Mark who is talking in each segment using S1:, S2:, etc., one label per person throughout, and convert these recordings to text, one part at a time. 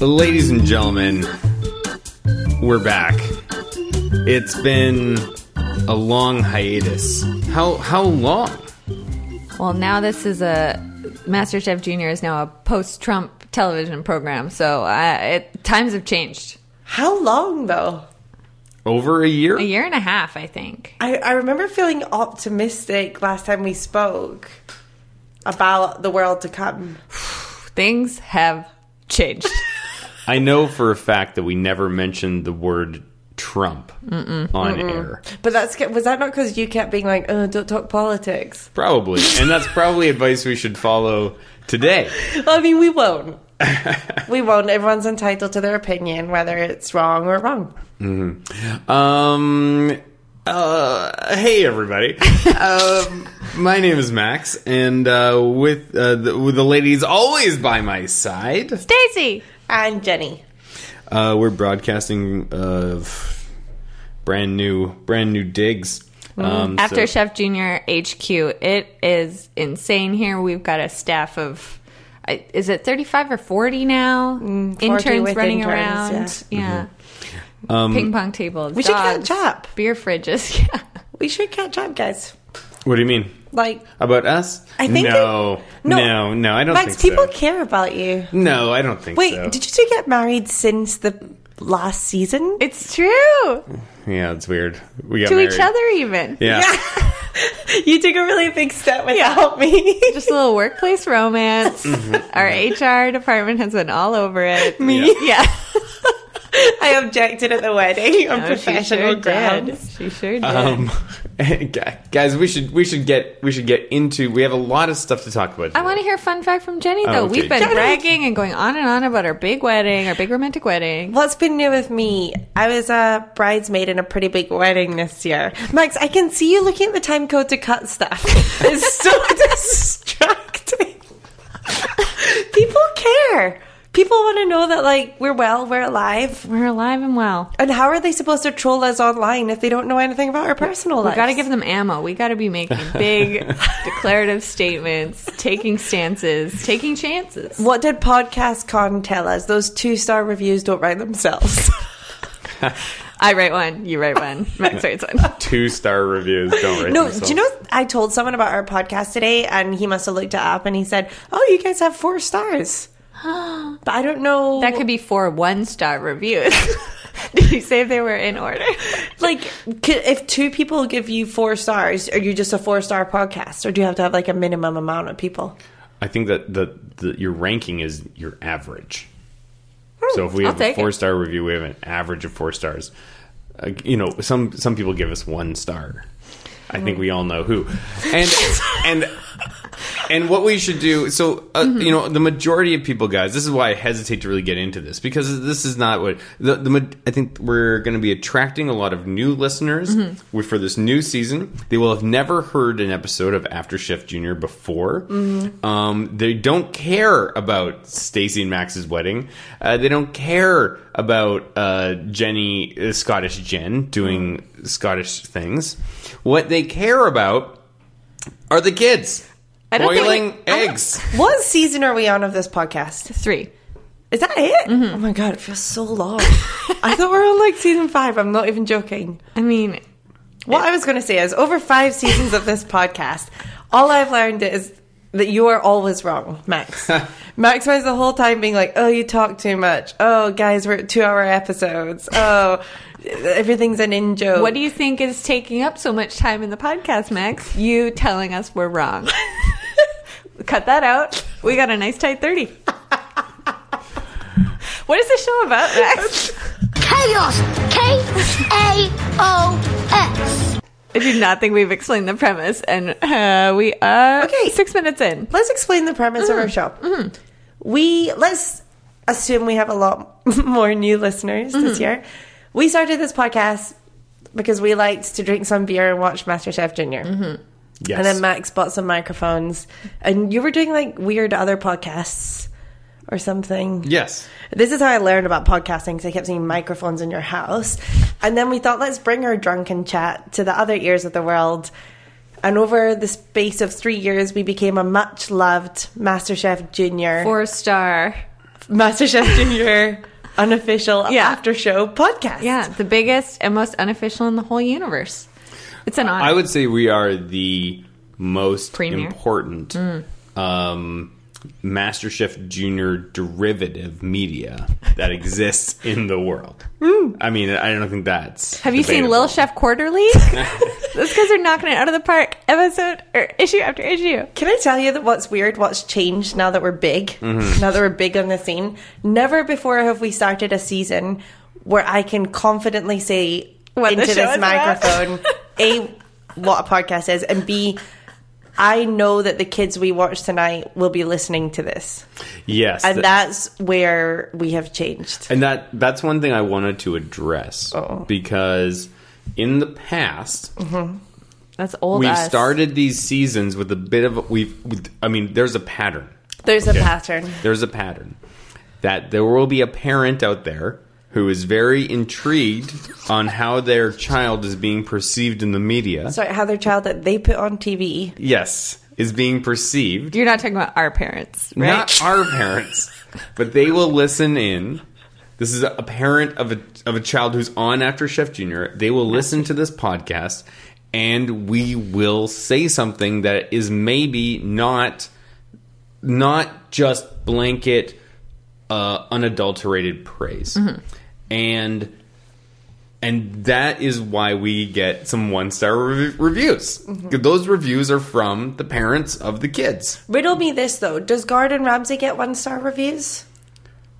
S1: But ladies and gentlemen, we're back. It's been a long hiatus. How how long?
S2: Well, now this is a MasterChef Junior is now a post-Trump television program, so uh, it, times have changed.
S3: How long though?
S1: Over a year?
S2: A year and a half, I think.
S3: I, I remember feeling optimistic last time we spoke about the world to come.
S2: Things have changed.
S1: I know for a fact that we never mentioned the word Trump on air.
S3: But that's was that not because you kept being like, "Oh, don't talk politics."
S1: Probably. And that's probably advice we should follow today.
S3: Well, I mean, we won't. we won't. Everyone's entitled to their opinion, whether it's wrong or wrong.
S1: Um. Uh, hey everybody. um, my name is Max, and uh, with uh, the, with the ladies always by my side,
S2: Daisy,
S3: And Jenny,
S1: uh, we're broadcasting of brand new brand new digs.
S3: Mm-hmm.
S1: Um,
S2: after
S1: so-
S2: Chef Junior HQ, it is insane here. We've got a staff of. I- Is it 35 or 40 now?
S3: 40
S2: Mm, interns Mm-hmm.
S3: with
S2: running
S3: interns,
S2: around. Yeah. Ping pong tables.
S3: we should catch
S2: dogs,
S3: up.
S2: Beer fridges. Yeah.
S3: we should catch up, guys.
S1: what do you mean
S3: Like,
S1: about us?
S3: I think
S1: no,
S3: they-
S1: no,
S3: no.
S1: no, I don't
S3: Max,
S1: think
S3: people
S1: so.
S3: care about you.
S1: No, I don't think
S3: Wait,
S1: so.
S3: did you two get married since the last season?
S2: It's true.
S1: yeah, it's weird. We got
S2: to
S1: married.
S2: each other, even.
S1: Yeah.
S3: you took a really big step without me.
S2: Just a little workplace romance. Our HR department has been all over it.
S1: Me?
S2: Yeah.
S3: I objected at the wedding on
S2: No, Oh, she
S3: professional
S2: sure did.
S3: grounds.
S2: She sure did.
S1: Um, guys, we should we should get we should get into. We have a lot of stuff to talk about.
S2: I want to hear a fun fact from Jenny, though.
S1: okay.
S2: We've been
S1: Jenny!
S2: bragging and going on and on about our big wedding, our big romantic wedding.
S3: What's been new with me? I was a bridesmaid in a pretty big wedding this year. Max, I can see you looking at the time code to cut stuff. It's so distracting. People care. People want to know that, like, we're well, we're alive.
S2: We're alive and well.
S3: And how are they supposed to troll us online if they don't know anything about our personal life?
S2: We got to give them ammo. We got to be making big declarative statements, taking stances, taking chances.
S3: What did Podcast Con tell us? Those two star reviews don't write themselves.
S2: I write one, you write one, Max writes one.
S1: two star reviews. Don't write
S3: No,
S1: themselves.
S3: do you know I told someone about our podcast today and he must have looked it up and he said, Oh, you guys have four stars. but I don't know
S2: That could be four one star reviews. Did you say they were in order?
S3: like could, if two people give you four stars, are you just a four star podcast? Or do you have to have like a minimum amount of people?
S1: I think that the, the your ranking is your average. So if we
S2: Hmm, I'll
S1: have a
S2: take it.
S1: four star review, we have an average of four stars. Uh, you know, some some people give us one star. I
S2: Hmm.
S1: think we all know who. And and and what we should do. So uh, you know, the majority of people, guys. This is why I hesitate to really get into this because this is not what the, the ma- I think we're going to be attracting a lot of new listeners with for this new season. They will have never heard an episode of After Chef Junior before. Um, they don't care about Stacy and Max's wedding. Uh, they don't care about uh, Jenny uh, Scottish Jen doing Scottish things. What they care about are the kids
S2: don't think-
S1: boiling eggs.
S3: What season are we on of this podcast?
S2: Three.
S3: Is that it? Oh my god, it feels so long. I thought we were on like season five. I'm not even joking.
S2: I mean,
S3: What I was going to say is over five seasons of this podcast, all I've learned is that you are always wrong, Max. Max was the whole time being like, oh, you talk too much. Oh, guys, we're at two hour episodes. Oh, everything's an in joke.
S2: What do you think is taking up so much time in the podcast, Max? You telling us we're wrong. Cut that out. We got a nice tight 30. what is this show about, Max?
S4: Chaos. K A O S.
S2: I do not think we've explained the premise, and uh, we are
S3: Okay.
S2: six minutes in.
S3: Let's explain the premise of our
S2: Mm-hmm.
S3: show. We, let's assume we have a lot more new listeners
S2: Mm-hmm.
S3: this year. We started this podcast because we liked to drink some beer and watch MasterChef Junior.
S2: Mm-hmm.
S1: Yes.
S3: And then Max bought some microphones, and you were doing like weird other podcasts or something.
S1: yes.
S3: This is how I learned about podcasting because I kept seeing microphones in your house. And then we thought, let's bring our drunken chat to the other ears of the world. And over the space of three years, we became a much loved MasterChef Junior
S2: Four star
S3: MasterChef Junior unofficial
S2: Yeah.
S3: after show podcast.
S2: Yeah, the biggest and most unofficial in the whole universe. It's an honor.
S1: I would say we are the most
S2: Premier. Hmm.
S1: important um, MasterChef Junior derivative media that exists in the world. I mean, I don't think that's.
S2: Hmm. Have you seen
S1: debatable.
S2: Lil Chef Quarterly? Those guys are knocking it out of the park, episode or issue after issue.
S3: Can I tell you that what's weird, what's changed now that we're big, now that we're big on the scene? Never before have we started a season where I can confidently say
S2: What the
S3: into
S2: show is
S3: this
S2: about.
S3: microphone a what a podcast is, and b I know that the kids we watch tonight will be listening to this,
S1: Yes,
S3: and
S1: th-
S3: that's where we have changed.
S1: and that that's one thing I wanted to address
S3: Oh.
S1: because in the past
S2: That's old.
S1: we
S2: us.
S1: started these seasons with a bit of we've. with- I mean, there's a pattern.
S3: There's a pattern.
S1: there's a pattern that there will be a parent out there who is very intrigued on how their child is being perceived in the media.
S3: Sorry, how their child that they put on TV.
S1: Yes, is being perceived.
S2: You're not talking about our parents, right?
S1: Not our parents, but they will listen in. This is a parent of a of a child who's on After Chef Junior. They will listen to this podcast, and we will say something that is maybe not not just blanket uh, unadulterated praise, and and that is why we get some one star re- reviews. Those reviews are from the parents of the kids.
S3: Riddle me this though: Does Gordon Ramsay get one star reviews?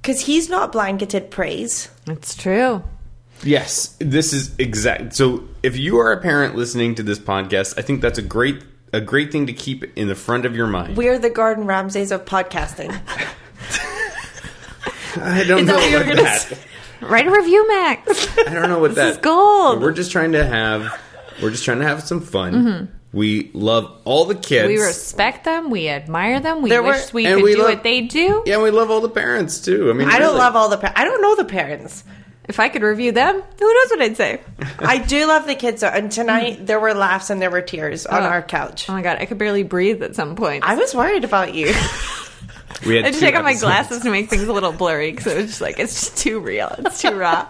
S3: Because he's not blanketed praise.
S2: Mm. It's true.
S1: Yes, this is exact. So, if you are a parent listening to this podcast, I think that's a great a great thing to keep in the front of your mind.
S3: We're the Gordon Ramsays of podcasting.
S1: I don't know
S2: that what you were
S1: what
S2: gonna
S1: that.
S2: Write a review, Max.
S1: I don't know what that.
S2: is gold.
S1: We're just trying to have we're just trying to have some fun. We love all the kids.
S2: Mm-hmm. we respect them. We admire them. We
S3: There were-
S2: wish we
S1: and
S2: could
S1: we
S2: do
S1: love-
S2: what they do.
S1: yeah, and we love all the parents too. I mean,
S3: I don't
S1: really.
S3: love all the. Pa- I don't know the parents.
S2: If I could review them, who knows what I'd say?
S3: I do love the kids though. And tonight there were laughs and there were tears on
S2: Oh.
S3: our couch.
S2: Oh my god, I could barely breathe at some point.
S3: I was worried about you.
S1: We had
S2: I had to
S1: two
S2: take off my
S1: episodes.
S2: glasses to make things a little blurry because it was just like it's just too real. It's too raw.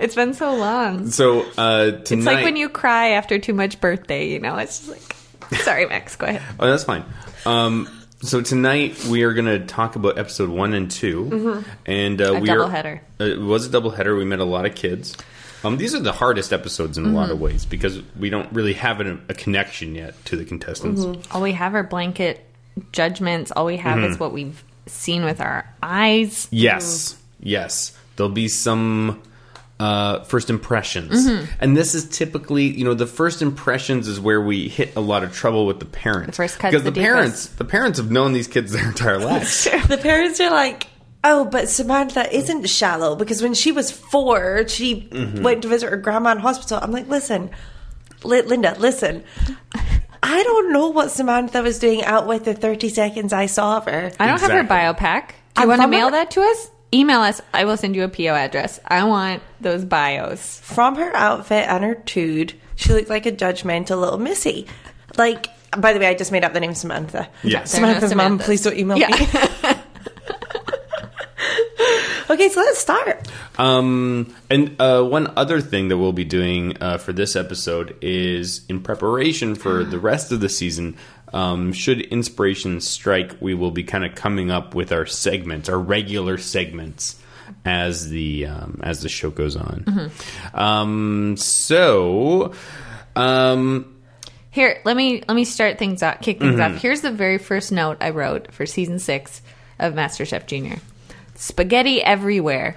S2: it's been so long. It's
S1: So uh, tonight,
S2: like when you cry after too much birthday. You know, it's just like sorry, Max. Go ahead.
S1: Oh, that's fine. Um, so tonight we are going to talk about episode one and 2 and uh,
S2: Mm-hmm. A
S1: we are-
S2: doubleheader.
S1: Uh, it was a double header. We met a lot of kids. Um, these are the hardest episodes in a lot of
S2: Mm-hmm.
S1: ways because we don't really have an, a connection yet to the contestants.
S2: All we have are blanket judgments. All we have is what we've seen with our eyes.
S1: Yes,
S2: Mm-hmm.
S1: yes, there'll be some uh, first impressions,
S2: Mm-hmm.
S1: and this is typically, you know, the first impressions is where we hit a lot of trouble with the parents
S2: first cut's
S1: because
S2: the
S1: the,
S2: deepest.
S1: parents, the parents have known these kids their entire lives.
S3: the parents are like, oh, but Samantha isn't shallow because when she was four, she went to visit her grandma in hospital. I'm like, listen, Li- Linda, listen. I don't know what Samantha was doing out with the 30 seconds I saw of her.
S2: I don't have her
S1: Exactly.
S2: bio pack. Do you
S3: I'm
S2: want to
S3: from
S2: mail
S3: her-
S2: that to us? Email us. I will send you a PO address. I want those bios.
S3: From her outfit and her tood, she looked like a judgmental little missy. Like, by the way, I just made up the name Samantha.
S1: Yes.
S2: There are no
S3: Samantha's mom,
S2: Samanthas.
S3: please don't email me.
S2: Yeah.
S3: Okay, so let's start.
S1: Um, and uh, one other thing that we'll be doing uh, for this episode is in preparation for the rest of the season. Um, should inspiration strike, we will be kind of coming up with our segments, our regular segments, as the um, as the show goes on.
S3: Mm-hmm.
S1: Um, so, um,
S2: Here, let me let me start things off, kick things
S1: Mm-hmm.
S2: off. Here's the very first note I wrote for season six of MasterChef Junior: spaghetti everywhere.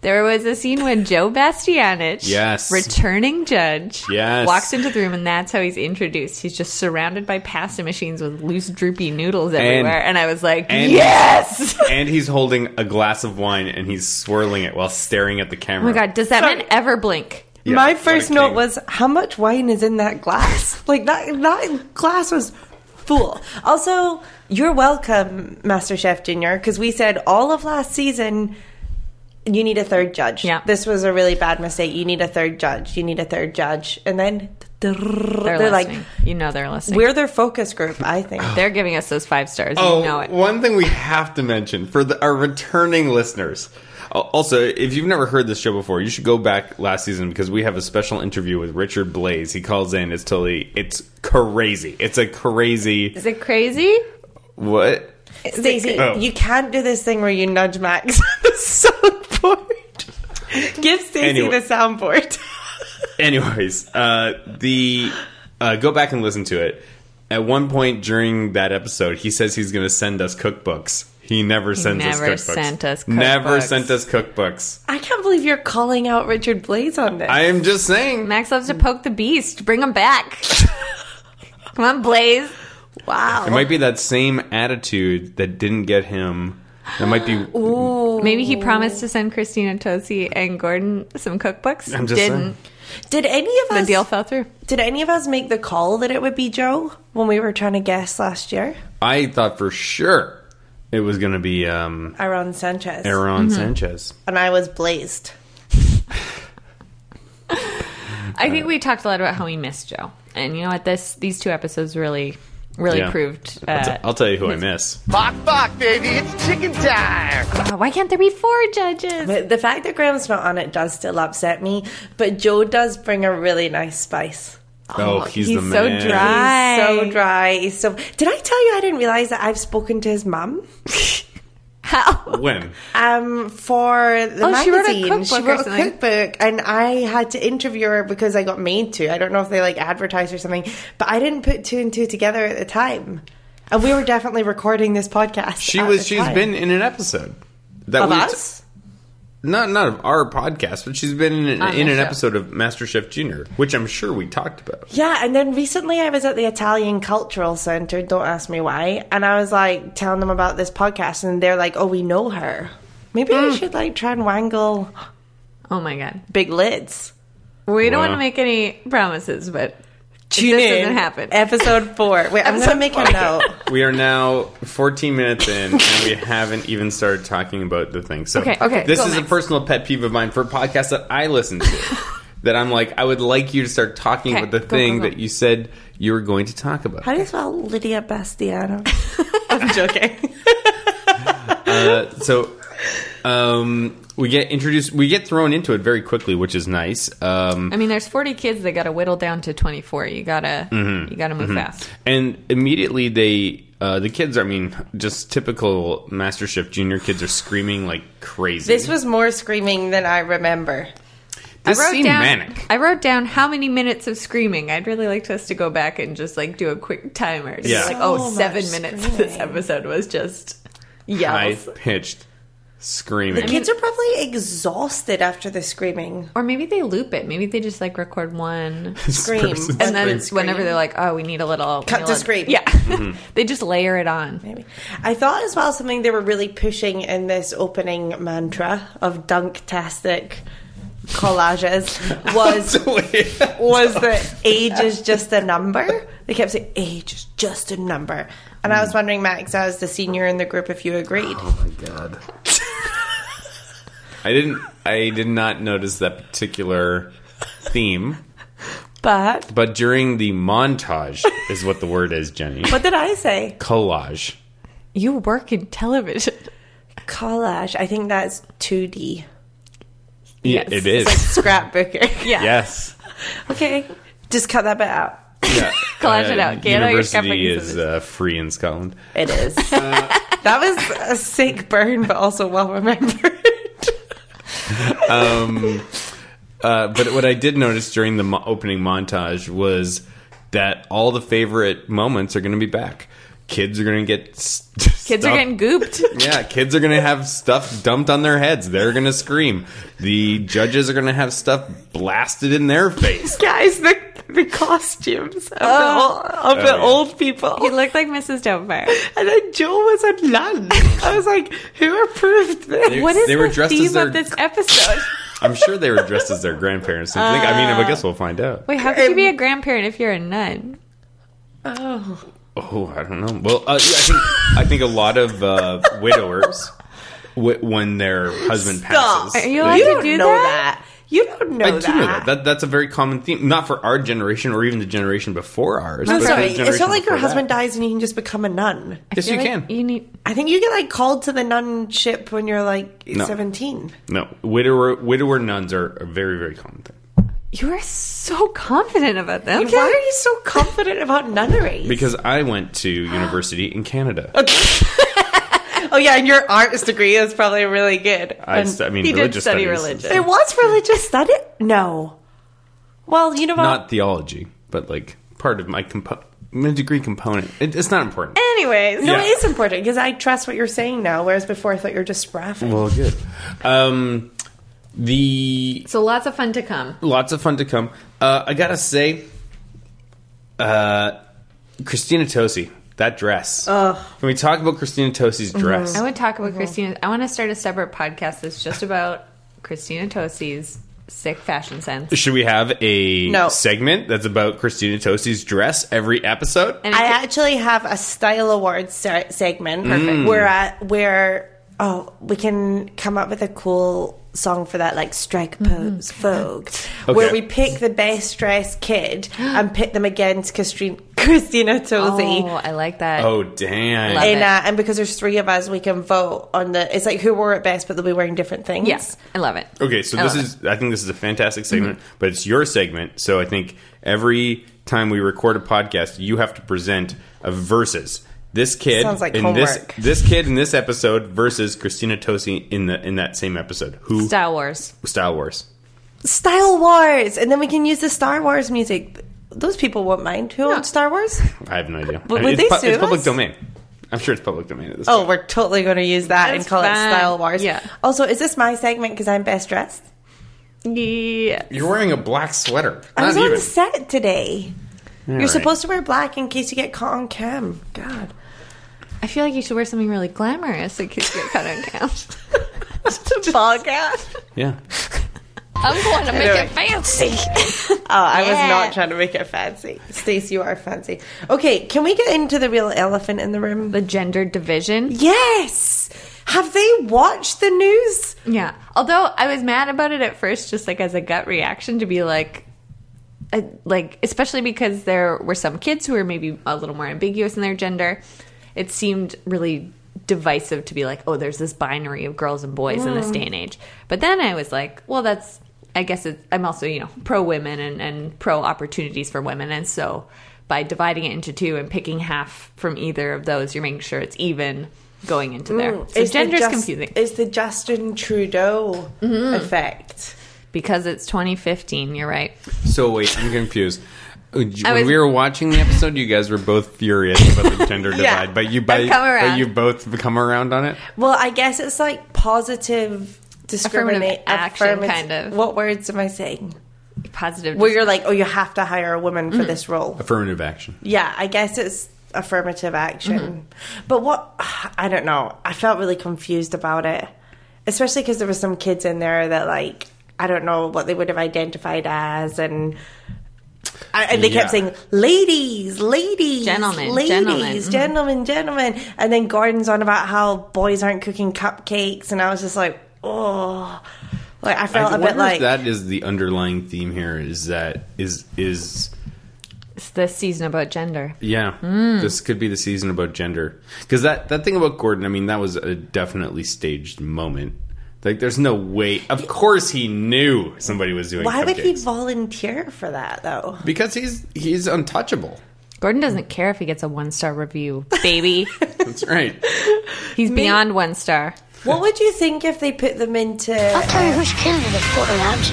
S2: There was a scene when Joe Bastianich,
S1: Yes.
S2: returning judge,
S1: Yes.
S2: walks into the room, and that's how he's introduced. He's just surrounded by pasta machines with loose, droopy noodles everywhere, and, I was like,
S1: and-
S2: yes.
S1: and he's holding a glass of wine and he's swirling it while staring at the
S2: Oh
S1: camera.
S2: my god, does that
S3: Sorry.
S2: man ever blink?
S1: Yeah,
S3: My
S1: what a
S3: first
S1: king.
S3: note was how much wine is in that glass? like that that glass was full. Also, you're welcome, Master Chef Junior, because we said all of last season you need a third judge.
S2: Yeah.
S3: This was a really bad mistake. You need a third judge. You need a third judge. And then the They're,
S2: They're,
S3: like,
S2: listening. you know they're listening.
S3: we're their focus group, I think.
S2: they're giving us those five stars.
S1: Oh,
S2: you know it.
S1: one thing we have to mention for the, our returning listeners. Uh, Also, if you've never heard this show before, you should go back last season because we have a special interview with Richard Blaze. He calls in. It's totally. It's crazy. It's a crazy.
S2: Is it crazy?
S1: What?
S3: Stacey,
S1: Oh.
S3: you can't do this thing where you nudge Max on the soundboard. Give Stacey
S1: Anyway.
S3: the soundboard.
S1: Anyways, uh, the uh, go back and listen to it. At one point during that episode, he says he's going to send us cookbooks. He never sends
S2: never
S1: us cookbooks.
S2: sent us
S1: Never
S2: cookbooks.
S1: sent us cookbooks.
S3: I can't believe you're calling out Richard Blaze on this.
S1: I am just saying.
S2: Max loves to poke the beast. Bring him back. Come on, Blaze.
S1: It might be that same attitude that didn't get him. That might be.
S2: Maybe he promised to send Christina Tosi and Gordon some cookbooks.
S1: I'm just
S2: Didn't.
S3: did any of
S2: The
S3: us
S2: deal fell through.
S3: did any of us make the call that it would be Joe when we were trying to guess last year?
S1: I thought for sure it was going to be um,
S3: Aaron Sanchez.
S1: Aaron Sanchez.
S3: And I was blazed.
S2: I think we talked a lot about how we missed Joe, and you know what? This these two episodes really, really
S1: Yeah.
S2: proved.
S1: I'll, t-
S2: Uh,
S1: I'll tell you who I miss.
S5: Fuck, fuck, baby, it's chicken time!
S2: oh, why can't there be four judges?
S3: But the fact that Graham's not on it does still upset me, but Joe does bring a really nice spice.
S1: Oh, he's, the
S2: he's so
S1: man.
S2: dry.
S3: He's so
S2: Right.
S3: dry. He's so Did I tell you I didn't realize that I've spoken to his mum?
S2: How?
S1: When?
S3: Um, for the
S2: Oh, she wrote a
S3: magazine,
S2: cookbook or
S3: wrote a
S2: something.
S3: cookbook, and I had to interview her because I got made to. I don't know if they like advertised or something, but I didn't put two and two together at the time. And we were definitely recording this podcast.
S1: She
S3: at
S1: was.
S3: the
S1: She's
S3: time.
S1: been in an episode. That
S3: of
S1: we-
S3: us.
S1: Not not of our podcast, but she's been in,
S2: On
S1: in
S2: the
S1: an
S2: show.
S1: episode of MasterChef Junior, which I'm sure we talked about.
S3: Yeah, and then recently I was at the Italian Cultural Center. Don't ask me why. And I was like telling them about this podcast, and they're like, "Oh, we know her. Maybe I should like try and wangle
S2: Oh my god.
S3: big lids."
S2: We don't
S1: Wow.
S2: want to make any promises, but
S3: Tune
S2: this
S3: in.
S2: doesn't happen.
S3: Episode four. Wait, I'm gonna make a note.
S1: We are now 14 minutes in, and we haven't even started talking about the thing. So,
S2: Okay, okay,
S1: this
S2: go,
S1: is a
S2: Max.
S1: personal pet peeve of mine for podcasts that I listen to. that I'm like, I would like you to start talking
S2: Okay,
S1: about the
S2: go, go,
S1: thing
S2: go.
S1: that you said you were going to talk about.
S3: How do you spell Lydia Bastiano? I'm joking.
S1: Uh, so um, we get introduced we get thrown into it very quickly which is nice um,
S2: I mean, there's 40 kids. They got to whittle down to 24. You gotta,
S1: Mm-hmm.
S2: you gotta move fast.
S1: and immediately they uh, the kids i mean just typical mastership junior kids are screaming like crazy
S3: This was more screaming than I remember.
S1: this
S2: I wrote
S1: seemed
S2: down.
S1: manic
S2: I wrote down how many minutes of screaming. I'd really like us to go back and just like do a quick timer. Just
S1: Yeah.
S2: Like,
S3: So
S2: oh,
S3: much
S2: seven minutes of this episode was just
S1: high
S2: yells.
S1: pitched screaming
S3: Kids are probably exhausted after the screaming.
S2: Or maybe they loop it. Maybe they just like record one,
S1: This
S3: scream.
S1: person's
S3: And
S2: and then
S1: screaming.
S2: it's whenever they're like, "Oh, we need a little we
S3: Cut
S2: need a
S3: to
S2: little-
S3: scream.
S2: Yeah,
S1: Mm-hmm.
S2: they just layer it on.
S3: Maybe. I thought as well something they were really pushing in this opening mantra of dunktastic collages was was that age is just a number. They kept saying age is just a number, and I was wondering, Max, as the senior in the group, if you agreed.
S1: oh my god i didn't i did not notice that particular theme
S3: But
S1: but during the montage is what the word is jenny
S3: what did I say?
S1: collage
S2: You work in television.
S3: Collage. I think that's two D.
S1: Yeah,
S2: Yes.
S1: it is.
S3: Scrapbooker.
S2: Yeah.
S1: yes.
S3: Okay. Just cut that bit out.
S1: Yeah. Uh,
S2: Collage it out. Get out your scrapbooking
S1: university is
S2: service.
S1: uh, free in Scotland.
S3: It is.
S1: Uh,
S3: that was a sick burn, but also well remembered.
S1: Uh, but what I did notice during the mo- opening montage was that all the favorite moments are going to be back. Kids are going to get s-
S2: Kids are
S1: stuff-
S2: getting gooped.
S1: yeah, kids are going to have stuff dumped on their heads. They're going to scream. The judges are going to have stuff blasted in their face.
S3: Guys, the, the costumes of the, old, of the
S1: Oh, yeah.
S3: old people.
S2: He looked like Mrs. Doubtfire.
S3: And then Joel was a nun. I was like, who approved this?
S2: What is
S1: They were
S2: the
S1: dressed as
S2: theme
S1: their-
S2: of this episode?
S1: I'm sure they were dressed as their grandparents. I, think. I mean, I guess we'll find out.
S2: Wait, how could you be a grandparent if you're a nun?
S1: Oh, I don't know. Well, uh, yeah, I think I think a lot of uh, widowers w- when their husband
S3: Stop.
S1: passes.
S2: Are you
S1: they-
S2: allowed
S3: You
S2: to
S3: don't
S2: do
S3: know
S2: that?
S3: that. You don't know
S1: I
S3: that.
S1: do know that. that. That's a very common theme, not for our generation or even the generation before ours.
S3: I'm
S1: but
S3: sorry.
S1: the
S3: It's
S1: generation
S3: not like your
S1: before
S3: husband
S1: that.
S3: dies and you can just become a nun.
S1: Yes,
S2: feel
S1: you
S2: like
S1: can.
S2: You need.
S3: I think you get like called to the nun ship when you're like
S1: No.
S3: 17.
S1: No, widower widower nuns are a very very common thing
S2: You are so confident about them.
S3: Why are you so confident about nunnery?
S1: because I went to university in Canada.
S3: oh yeah, and your arts degree is probably really good.
S1: I, st- I mean,
S2: He did
S1: religious
S2: study
S1: studies.
S2: religion.
S3: It was religious study. No. Well, you know what?
S1: not theology, but like part of my compo- my degree component. It, it's not important.
S3: Anyways, no,
S1: Yeah.
S3: it is important because I trust what you're saying now, whereas before I thought you were just raffing.
S1: Well, good. Um, the
S2: So lots of fun to come.
S1: lots of fun to come. Uh, I gotta say, uh, Christina Tosi, that dress. Can we talk about Christina Tosi's dress?
S2: Mm-hmm. I would talk about Christina. I want to start a separate podcast that's just about Christina Tosi's sick fashion sense.
S1: Should we have a
S3: No.
S1: segment that's about Christina Tosi's dress every episode?
S2: And
S3: I
S2: it-
S3: actually have a style awards se- segment Mm. where I, where oh we can come up with a cool song for that like strike pose vogue where we pick the best dressed kid and pit them against Christine, Christina Tozzi.
S2: oh, I like that.
S1: oh, damn.
S2: Love it.
S3: And, uh, and because there's three of us, we can vote on the. It's like who wore it best, but they'll be wearing different things.
S2: Yes, I love it.
S1: Okay, so
S2: I
S1: this
S2: love
S1: is I think this is a fantastic
S3: Mm-hmm.
S1: segment, but it's your segment, so I think every time we record a podcast, you have to present a versus. This kid
S3: Sounds like
S1: in
S3: homework.
S1: this this kid in this episode versus Christina Tosi in the in that same episode. Who
S2: Star Wars.
S1: Style Wars.
S3: Style Wars, and then we can use the Star Wars music. Those people won't mind. Who owns Star Wars?
S1: I have no idea.
S3: But
S1: I-
S3: would
S1: it's,
S3: they
S1: pu-
S3: sue
S1: it's public
S3: us?
S1: domain. I'm sure it's public domain at this
S3: Oh,
S1: point.
S3: we're totally going to use that and
S2: That's
S3: call it
S2: fine.
S3: Style Wars.
S2: Yeah.
S3: Also, is this my segment because I'm best dressed?
S2: Yeah.
S1: You're wearing a black sweater.
S3: I was
S1: Not even.
S3: on set today. You're
S1: right.
S3: supposed to wear black in case you get caught on cam. God.
S2: I feel like you should wear something really glamorous in case you get caught on cam.
S3: podcast.
S1: Yeah.
S2: I'm going to make
S3: Anyway.
S2: it fancy.
S3: Oh, I was not trying to make it fancy. Stace, you are fancy. Okay, can we get into the real elephant in the room?
S2: the gender division.
S3: Yes. Have they watched the news?
S2: Yeah. Although I was mad about it at first, just like as a gut reaction to be like, I, like especially because there were some kids who were maybe a little more ambiguous in their gender. It seemed really divisive to be like, oh, there's this binary of girls and boys in this day and age. But then I was like, well, that's. I guess it's, I'm also you know pro women and, and pro opportunities for women, and so by dividing it into two and picking half from either of those, you're making sure it's even going into there. So
S3: It's the
S2: gender's
S3: Jus-
S2: confusing. Mm-hmm.
S3: It's the Justin Trudeau effect.
S2: because it's 2015 you're right
S1: So wait, I'm confused. Uh, When
S2: was-
S1: we were watching the episode, you guys were both furious about the gender
S3: Yeah.
S1: divide, but you by,
S2: I've come
S1: but
S2: around.
S1: you both have come around on it.
S3: Well, I guess it's like positive discriminate
S2: action,
S3: affirmati-
S2: kind of.
S3: What words am I saying?
S2: positive
S3: Where you're like, Mm. oh, you have to hire a woman for this role.
S1: Affirmative action.
S3: Yeah, I guess it's affirmative action.
S1: Mm-hmm.
S3: But what I don't know. I felt really confused about it, especially because there were some kids in there that like I don't know what they would have identified as and. I, and they kept
S1: Yeah.
S3: saying, ladies, ladies,
S2: Gentlemen,
S3: ladies,
S2: gentlemen." Mhm.
S3: gentlemen, gentlemen. And then Gordon's on about how boys aren't cooking cupcakes. And I was just like, oh. Like, I felt
S1: I
S3: a bit
S1: wonder
S3: like.
S1: if that is the underlying theme here. Is that is is
S2: it's this season about gender
S1: yeah?
S3: Mm.
S1: This could be the season about gender because that that thing about Gordon. I mean, that was a definitely staged moment. Like, there's no way. Of course, he knew somebody was doing.
S3: why would he
S1: cupcakes.
S3: volunteer for that, though?
S1: Because he's he's untouchable.
S2: gordon doesn't care if he gets a one star review baby
S1: That's right.
S2: he's beyond one star
S3: What would you think if they put them into.
S4: I'll tell you who's Canada they've got around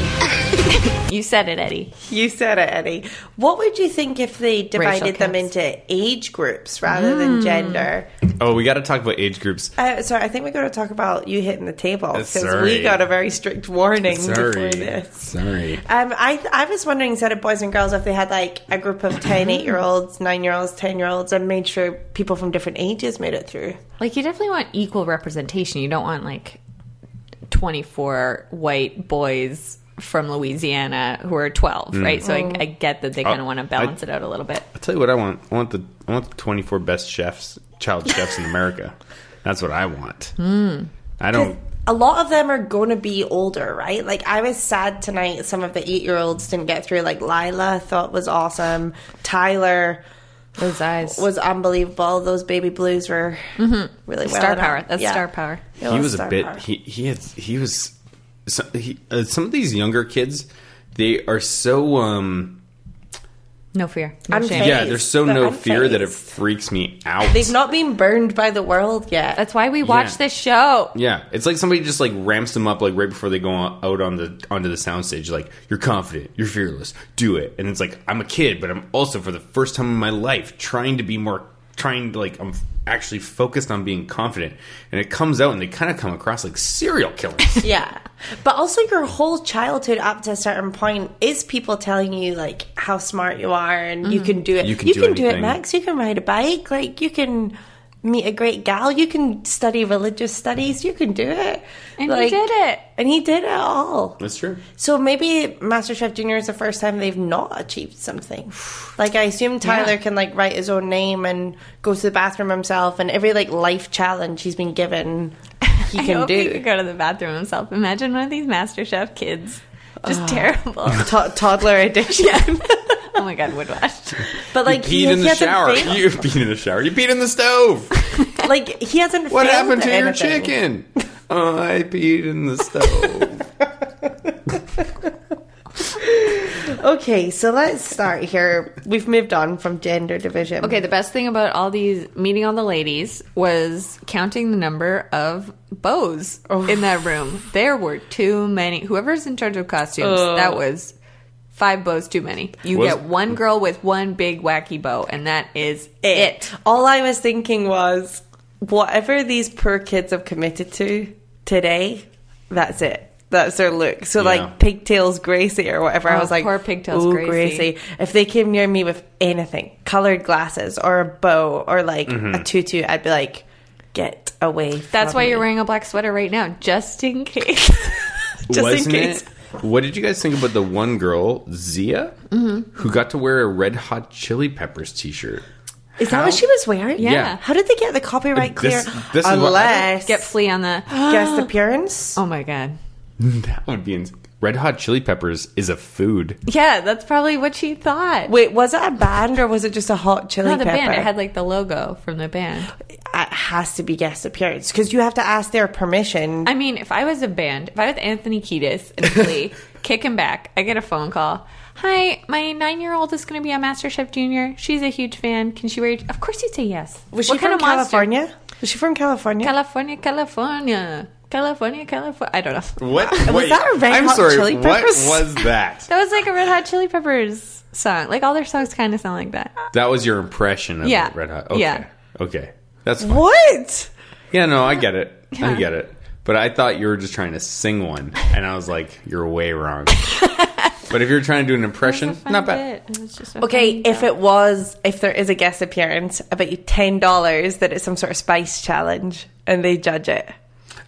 S4: you.
S2: you said it eddie
S3: You said it, Eddie. What would you think if they divided them
S2: camps.
S3: into age groups rather than gender?
S1: Oh, we got to talk about age groups.
S3: Uh, sorry, I think we got to talk about you hitting the table because
S1: sorry.
S3: we got a very strict warning before
S1: Sorry,
S3: this.
S1: sorry.
S3: Um, I I was wondering instead of boys and girls if they had like a group of 10, 8 year olds, 9 year olds, 10 year olds, and made sure people from different ages made it through.
S2: like you definitely want equal representation you don't want like 24 white boys from louisiana who are 12
S1: Mm.
S2: right so I, I get
S1: Oh,
S2: that they kind of want to balance it out a little bit
S1: Tell you what I want. I want the I want the 24
S3: Hmm.
S1: best chefs, child chefs in America. That's what I want. I don't.
S3: A a lot of them are going to be older, right? Like, I was sad tonight some of the eight year olds didn't get through. Like, Lila I thought was awesome. Tyler
S2: Those eyes.
S3: was unbelievable. Those baby blues were really well
S2: Mm-hmm. star
S3: done.
S2: power. That's
S3: Yeah.
S2: star power.
S3: It
S1: he was a
S3: star
S1: bit
S3: power.
S1: he he had he was so, he, uh, some of these younger kids they are so um
S2: No fear. No
S3: I'm
S2: shame.
S3: fake.
S1: yeah they're so
S3: But
S1: no
S3: I'm
S1: fear that it
S3: phased.
S1: freaks me out
S3: They've not been burned by the world yet.
S2: That's why we watch
S1: Yeah.
S2: this show.
S1: yeah it's like somebody just like ramps them up like right before they go on, out on the onto the soundstage like you're confident you're fearless do it and it's like i'm a kid but i'm also for the first time in my life trying to be more trying to like i'm actually focused on being confident and it comes out and they kind of come across like serial killers
S3: Yeah. But also, your whole childhood up to a certain point is people telling you, like, how smart you are and
S2: Mm-hmm.
S3: you can do it.
S1: You can do
S3: can do it,
S1: anything.
S3: Max. You can ride a bike. Like, you can meet a great gal. You can study religious studies. You can do it.
S2: And
S3: Like,
S2: he did it.
S3: And he did it all.
S1: that's true
S3: So maybe MasterChef Junior is the first time they've not achieved something. Like I assume Tyler
S2: Yeah.
S3: can like write his own name and go to the bathroom himself, and every like life challenge he's been given, he
S2: I
S3: can
S2: hope he could
S3: do.
S2: go to the bathroom himself. Imagine one of these MasterChef kids. Just terrible.
S3: To- toddler addiction.
S2: oh my god, would watch.
S3: But like
S1: peed in the
S3: hasn't
S1: shower.
S3: failed-
S1: You peed in the shower. You peed in the stove.
S3: like he hasn't.
S1: What
S3: failed
S1: happened to
S3: at
S1: your
S3: anything.
S1: chicken? Oh, I peed in the stove.
S3: Okay, so let's start here. We've moved on from gender division.
S2: Okay, the best thing about all these meeting all the ladies was counting the number of bows in that room. There were too many. Whoever's in charge of costumes, that was five bows too many. You
S1: Was-
S2: get one girl with one big wacky bow, and that is it.
S3: All I was thinking was, whatever these poor kids have committed to today, that's it. That's their look. So,
S1: Yeah.
S3: like pigtails Gracie or whatever. I
S2: Oh,
S3: was like,
S2: poor Pigtails
S3: "Ooh,
S2: Gracie."
S3: If they came near me with anything, colored glasses or a bow or like a tutu, I'd be like, get away.
S2: Mm-hmm. That's
S3: from
S2: why
S3: me."
S2: you're wearing a black sweater right now, just in case.
S3: Just in
S1: Wasn't
S3: case.
S1: it? What did you guys think about the one girl, Zia, who got to wear a Red Hot Chili Peppers T-shirt?
S3: Is that what she was wearing?
S2: Yeah. Yeah.
S3: How did they get the copyright clear?
S1: This- this is what I-
S3: Unless
S2: Get flea on the.
S3: guest appearance.
S2: Oh my god.
S1: That would be insane. Red Hot Chili Peppers is a food.
S2: Yeah, that's probably what she thought.
S3: Wait, was it a band or was it just a hot chili
S2: Not the
S3: pepper?
S2: band. It had like the logo from the band.
S3: it uh, has to be guest appearance because you have to ask their permission.
S2: I mean, if I was a band, if I was Anthony Kiedis and Flea, kick him back, I get a phone call. Hi, my nine-year-old is going to be on MasterChef Junior. She's a huge fan. Can she wear? Your... Of course, you say yes.
S3: was she
S2: What
S3: from
S2: kind of monster?
S3: California? Was she from California?
S2: California, California, California, California. I don't know.
S1: What?
S3: Wait, that a Red
S1: I'm
S3: Hot
S1: sorry.
S3: Chili
S1: what
S3: Peppers?
S1: was that?
S2: That was like a Red Hot Chili Peppers song. Like all their songs kind of sound like that.
S1: That was your impression of
S2: Yeah.
S1: Red Hot. Okay.
S2: Yeah.
S1: Okay. That's fine.
S3: what?
S1: Yeah, no, I get it. I
S2: Yeah.
S1: get it. But I thought you were just trying to sing one, and I was like, "You're way wrong." but if you're trying to do an impression, not bad.
S2: It was just a fun
S3: Okay,
S2: job.
S3: if it was, if there is a guest appearance, I bet you ten dollars that it's some sort of spice challenge and they judge it.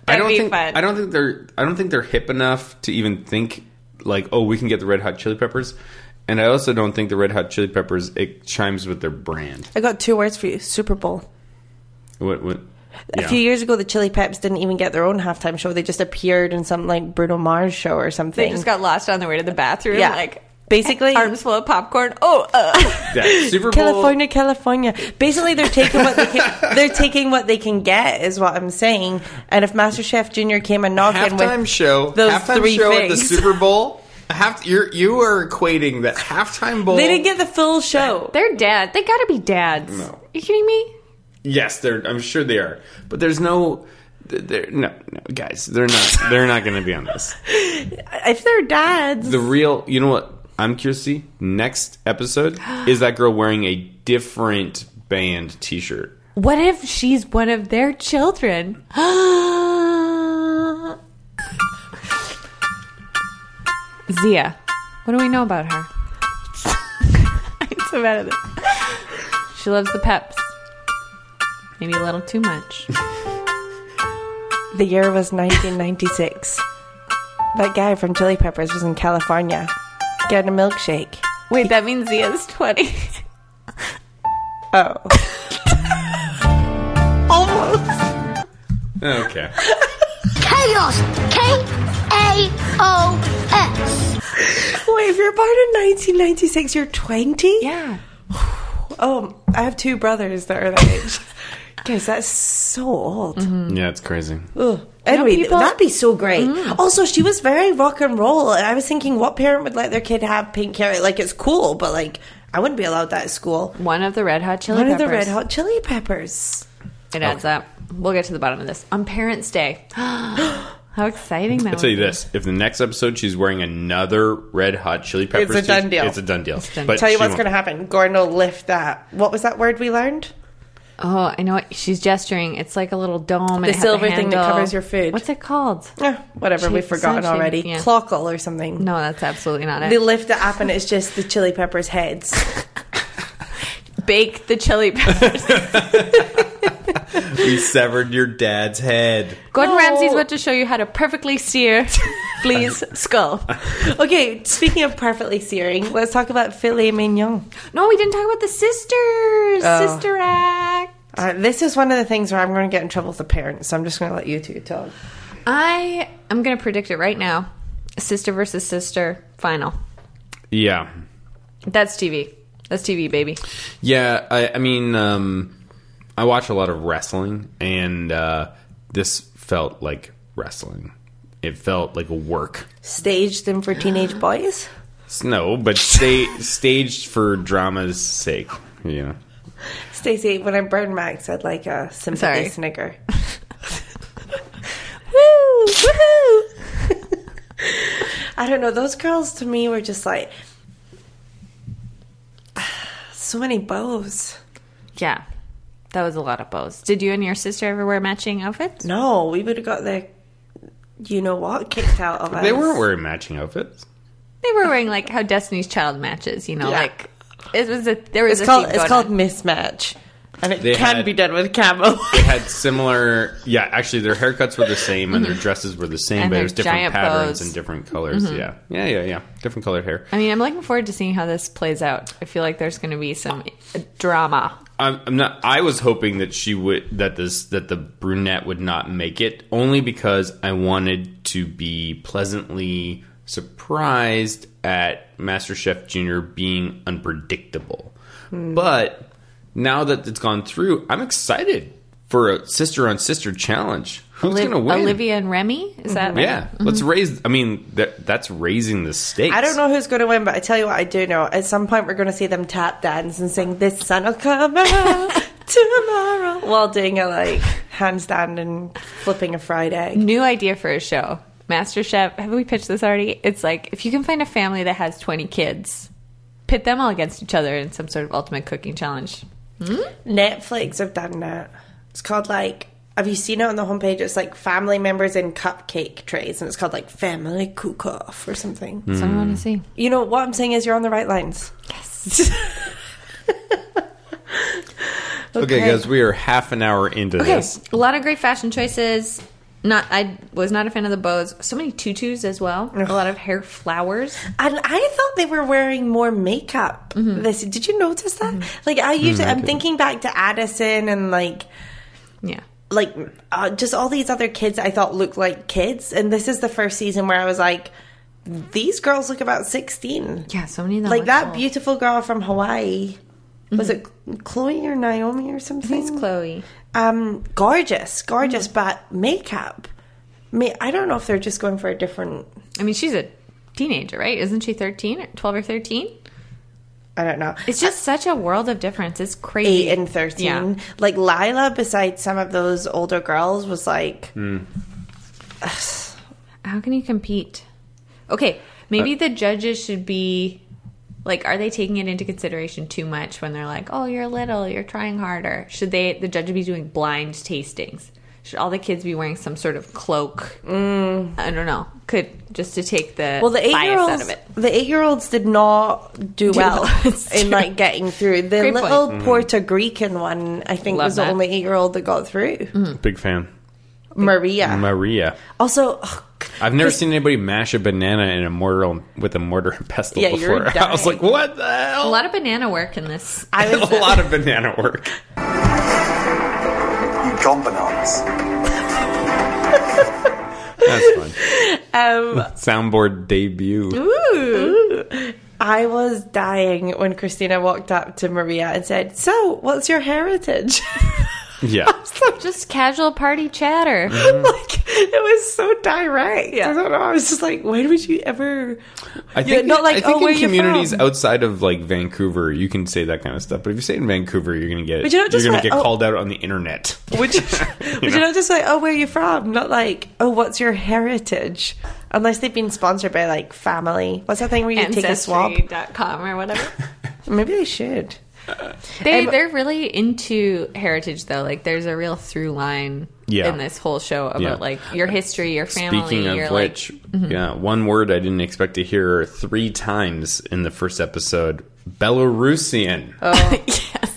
S1: I don't
S2: be
S1: think
S2: fun.
S1: I don't think they're I don't think they're hip enough to even think like, "Oh, we can get the Red Hot Chili Peppers." And I also don't think the Red Hot Chili Peppers it chimes with their brand.
S3: I got two words for you: Super Bowl.
S1: What? what
S3: A
S1: yeah.
S3: few years ago, the Chili Peps didn't even get their own halftime show; they just appeared in some like Bruno Mars show or something.
S2: they just got lost on the way to the bathroom,
S3: Yeah.
S2: like
S3: Basically-
S2: arms full of popcorn. Oh, uh.
S1: Yeah, Super Bowl.
S3: California, California. Basically, they're taking what they can, they're taking what they can get is what I'm saying. And if MasterChef Junior came a knocking
S1: halftime
S3: with
S1: show.
S3: those
S1: halftime
S3: three
S1: show at the
S3: things.
S1: Super Bowl. Half, you're, you are equating that halftime bowl.
S3: they didn't get the full show.
S2: they're dad. They gotta be dads.
S1: No.
S2: you kidding me?
S1: Yes, they're. I'm sure they are, but there's no. They're, no, no, guys, they're not. They're not going to be on this.
S3: If they're dads,
S1: The real. You know what? I'm curious. to see. Next episode is that girl wearing a different band T-shirt.
S2: What if she's one of their children? Zia, what do we know about her? I'm so mad at this. She loves the peps. Maybe a little too much.
S3: the year was 1996. That guy from Chili Peppers was in California getting a milkshake.
S2: Wait, that means Zia's 20.
S3: Oh,
S1: Oh. Okay.
S4: Chaos. K A O S.
S3: Wait, if you're born in 1996, you're 20?
S2: Yeah.
S3: Oh, I have two brothers that are that age. Guys, that's so old.
S1: Yeah, it's crazy.
S3: Ugh. Anyway,
S2: people-
S3: that'd be so great. Also, she was very rock and roll. And I was thinking, what parent would let their kid have pink hair? Like, it's cool, but like, I wouldn't be allowed that at school.
S2: One of the Red Hot Chili
S3: One of
S2: Peppers.
S3: the Red Hot Chili Peppers.
S2: It adds up. We'll get to the bottom of this on Parents' Day. How exciting that!
S1: I'll tell you
S2: would be.
S1: this: if the next episode she's wearing another Red Hot Chili Peppers,
S3: a done deal.
S1: It's a done deal.
S2: done
S1: But
S3: Tell you
S1: she
S3: what's
S1: won't.
S3: going to happen. Gordon will lift that. What was that word we learned?
S2: Oh, I know what she's gesturing. It's like a little dome. The
S3: silver thing that covers your food.
S2: What's it called?
S3: Eh, whatever,
S2: Shake-
S3: we've forgotten
S2: sun shade,
S3: already.
S2: yeah.
S3: Clockle or something.
S2: No, that's absolutely not
S3: They
S2: it.
S3: lift it up and it's just the Chili Peppers heads.
S2: Bake the chili peppers.
S1: We severed your dad's head.
S2: Gordon
S3: No.
S2: Ramsay's about to show you how to perfectly sear Flea's skull.
S3: okay, speaking of perfectly searing, let's talk about filet mignon.
S2: No, we didn't talk about the sisters. Sister Act.
S3: Uh, this is one of the things where I'm going to get in trouble with the parents, so I'm just going to let you two talk.
S2: I am going to predict it right now. Sister versus sister final.
S1: Yeah,
S2: That's TV. That's TV, baby.
S1: yeah. I, I mean, um, I watch a lot of wrestling, and uh, this felt like wrestling. It felt like a work.
S3: Staged them for teenage boys?
S1: No, but stay staged for drama's sake. Yeah.
S3: Stacey, when I burn Max, I'd like a
S2: Sorry.
S3: sympathy snigger. Woo! Woohoo! I don't know. Those girls to me were just like so many bows.
S2: Yeah. That was a lot of bows. Did you and your sister ever wear matching outfits?
S3: No, we would have got the you know what kicked out of us.
S1: They weren't wearing matching outfits.
S2: They were wearing like how Destiny's Child matches, you know,
S3: Yeah.
S2: like it was a there was
S3: It's
S2: a
S3: called
S2: theme
S3: it's
S2: going
S3: called
S2: on.
S3: mismatch, and it
S1: They
S3: can
S1: had-
S3: be done with camo.
S1: They had similar. Yeah, actually, their haircuts were the same and their dresses were the same,
S2: Mm-hmm. And
S1: but it
S2: their
S1: was different
S2: giant
S1: patterns
S2: bows. Mm-hmm.
S1: and different colors. Yeah, yeah, yeah, yeah. Different colored hair.
S2: I mean, I'm looking forward to seeing how this plays out. I feel like there's going to be some drama.
S1: I'm, I'm not. I was hoping that she would that this that the brunette would not make it only because I wanted to be pleasantly surprised at MasterChef Junior being unpredictable. But now that it's gone through, I'm excited for a sister on sister challenge. Who's
S2: Liv-
S1: gonna win? Mm-hmm.
S2: Olivia and Remy? Is that right?
S1: Yeah, let's raise. I mean, that that's raising the stakes.
S3: I don't know who's going to win, but I tell you what, I do know. At some point, we're going to see them tap dance and sing "This Sun Will Come Out Tomorrow" while doing a like handstand and flipping a fried egg.
S2: New idea for a show. MasterChef. Have we pitched this already? It's like if you can find a family that has 20 kids, pit them all against each other in some sort of ultimate cooking challenge.
S3: Netflix have done that. It's called like. Have you seen it on the homepage? It's like family members in cupcake trays, and it's called like family cook off or something.
S2: That's what I
S1: Mm.
S2: want to see.
S3: You know what I'm saying is you're on the right lines.
S1: Okay, guys, we are half an hour into
S2: Okay,
S1: this.
S2: a lot of great fashion choices. Not, I was not a fan of the bows. So many tutus as well. A lot of hair flowers.
S3: And I thought they were wearing more makeup. This did you notice that? Like I usually, I'm thinking back to Addison and like
S2: Yeah,
S3: like uh, just all these other kids I thought looked like kids, and this is the first season where I was like, these girls look about sixteen.
S2: yeah. So many of them
S3: Like
S2: look
S3: that
S2: old.
S3: beautiful girl from Hawaii. Was it Chloe or Naomi or
S2: Mm-hmm. It's
S3: something?
S2: Chloe. Mm-hmm.
S3: Um, gorgeous, gorgeous, but makeup. Ma- I don't know if they're just going for a different.
S2: I mean, she's a teenager, right? Isn't she 13, or 12 or 13?
S3: I don't know.
S2: It's just such a world of difference. It's crazy.
S3: eight and thirteen.
S2: Yeah.
S3: Like Lila, besides some of those older girls, was like
S2: How can you compete? Okay,
S3: Uh,
S2: maybe the judges should be like, are they taking it into consideration too much when they're like, oh, you're little, you're trying harder? Should they, the judges, be doing blind tastings? Should all the kids be wearing some sort of cloak? I don't know. Could just to take the
S3: Mm. well, the eight year
S2: bias out
S3: olds.
S2: of it.
S3: The eight year olds did not do, well
S2: well. It's
S3: in
S2: true.
S3: like getting through. The
S2: Great point.
S3: little Puerto Rican one, I think,
S2: Love
S3: was the
S2: that. Mm-hmm.
S3: only eight year old that got through.
S1: Big fan,
S3: Maria.
S1: Maria.
S3: also, oh, g-
S1: I've never seen anybody mash a banana in a mortar with a mortar and pestle
S3: Yeah, you're
S1: before. I was
S3: dying.
S1: like, what the hell?
S2: A lot of banana work in this.
S3: I was
S1: a lot of banana work.
S6: Gone bananas.
S1: That's fun. Um, Soundboard debut.
S3: I was dying when Christina walked up to Maria and said, So, what's your heritage?
S1: Yeah.
S2: Just casual party chatter.
S3: like, it was so direct. I don't know. I was just like, When would you ever.
S1: I think,
S3: not like,
S1: I think
S3: "Oh, where
S1: in
S3: you
S1: communities
S3: from?"
S1: outside of like Vancouver, you can say that kind of stuff. But if you say it in Vancouver, you're gonna get
S3: But you don't
S1: are
S3: just
S1: gonna
S3: like,
S1: get
S3: oh-
S1: called out on the internet.
S3: Would you, would you not just like, oh, where are you from? Not like, oh, what's your heritage? Unless they've been sponsored by like family. What's that thing where you take a swab?
S2: Ancestry.com or whatever.
S3: Maybe they should.
S2: They they're really into heritage though. Like there's a real through line
S1: Yeah.
S2: in this whole show about
S1: Yeah.
S2: like your history, your family,
S1: Speaking
S2: your
S1: of
S2: like
S1: which,
S3: mm-hmm.
S1: yeah, one word I didn't expect to hear three times in the first episode: Belarusian.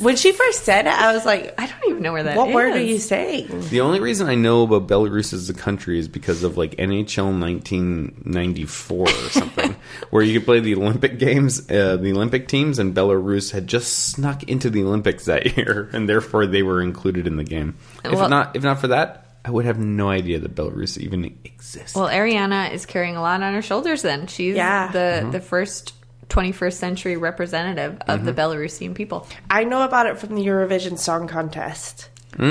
S3: When she first said it, I was like,
S2: I don't even know where that
S3: what word are
S2: is.
S3: you saying?
S1: The only reason I know about Belarus as a country is because of like NHL 1994 or something, where you could play the Olympic games, uh, the Olympic teams, and Belarus had just snuck into the Olympics that year, and therefore they were included in the game. If
S2: Uh, Well-
S1: not, if not for that, I would have no idea that Belarus even exists.
S2: Well, Ariana is carrying a lot on her shoulders then. She's
S3: Yeah.
S2: the
S1: Mm-hmm.
S2: the first 21st century representative of
S1: Mm-hmm.
S2: the Belarusian people.
S3: I know about it from the Eurovision Song Contest. Are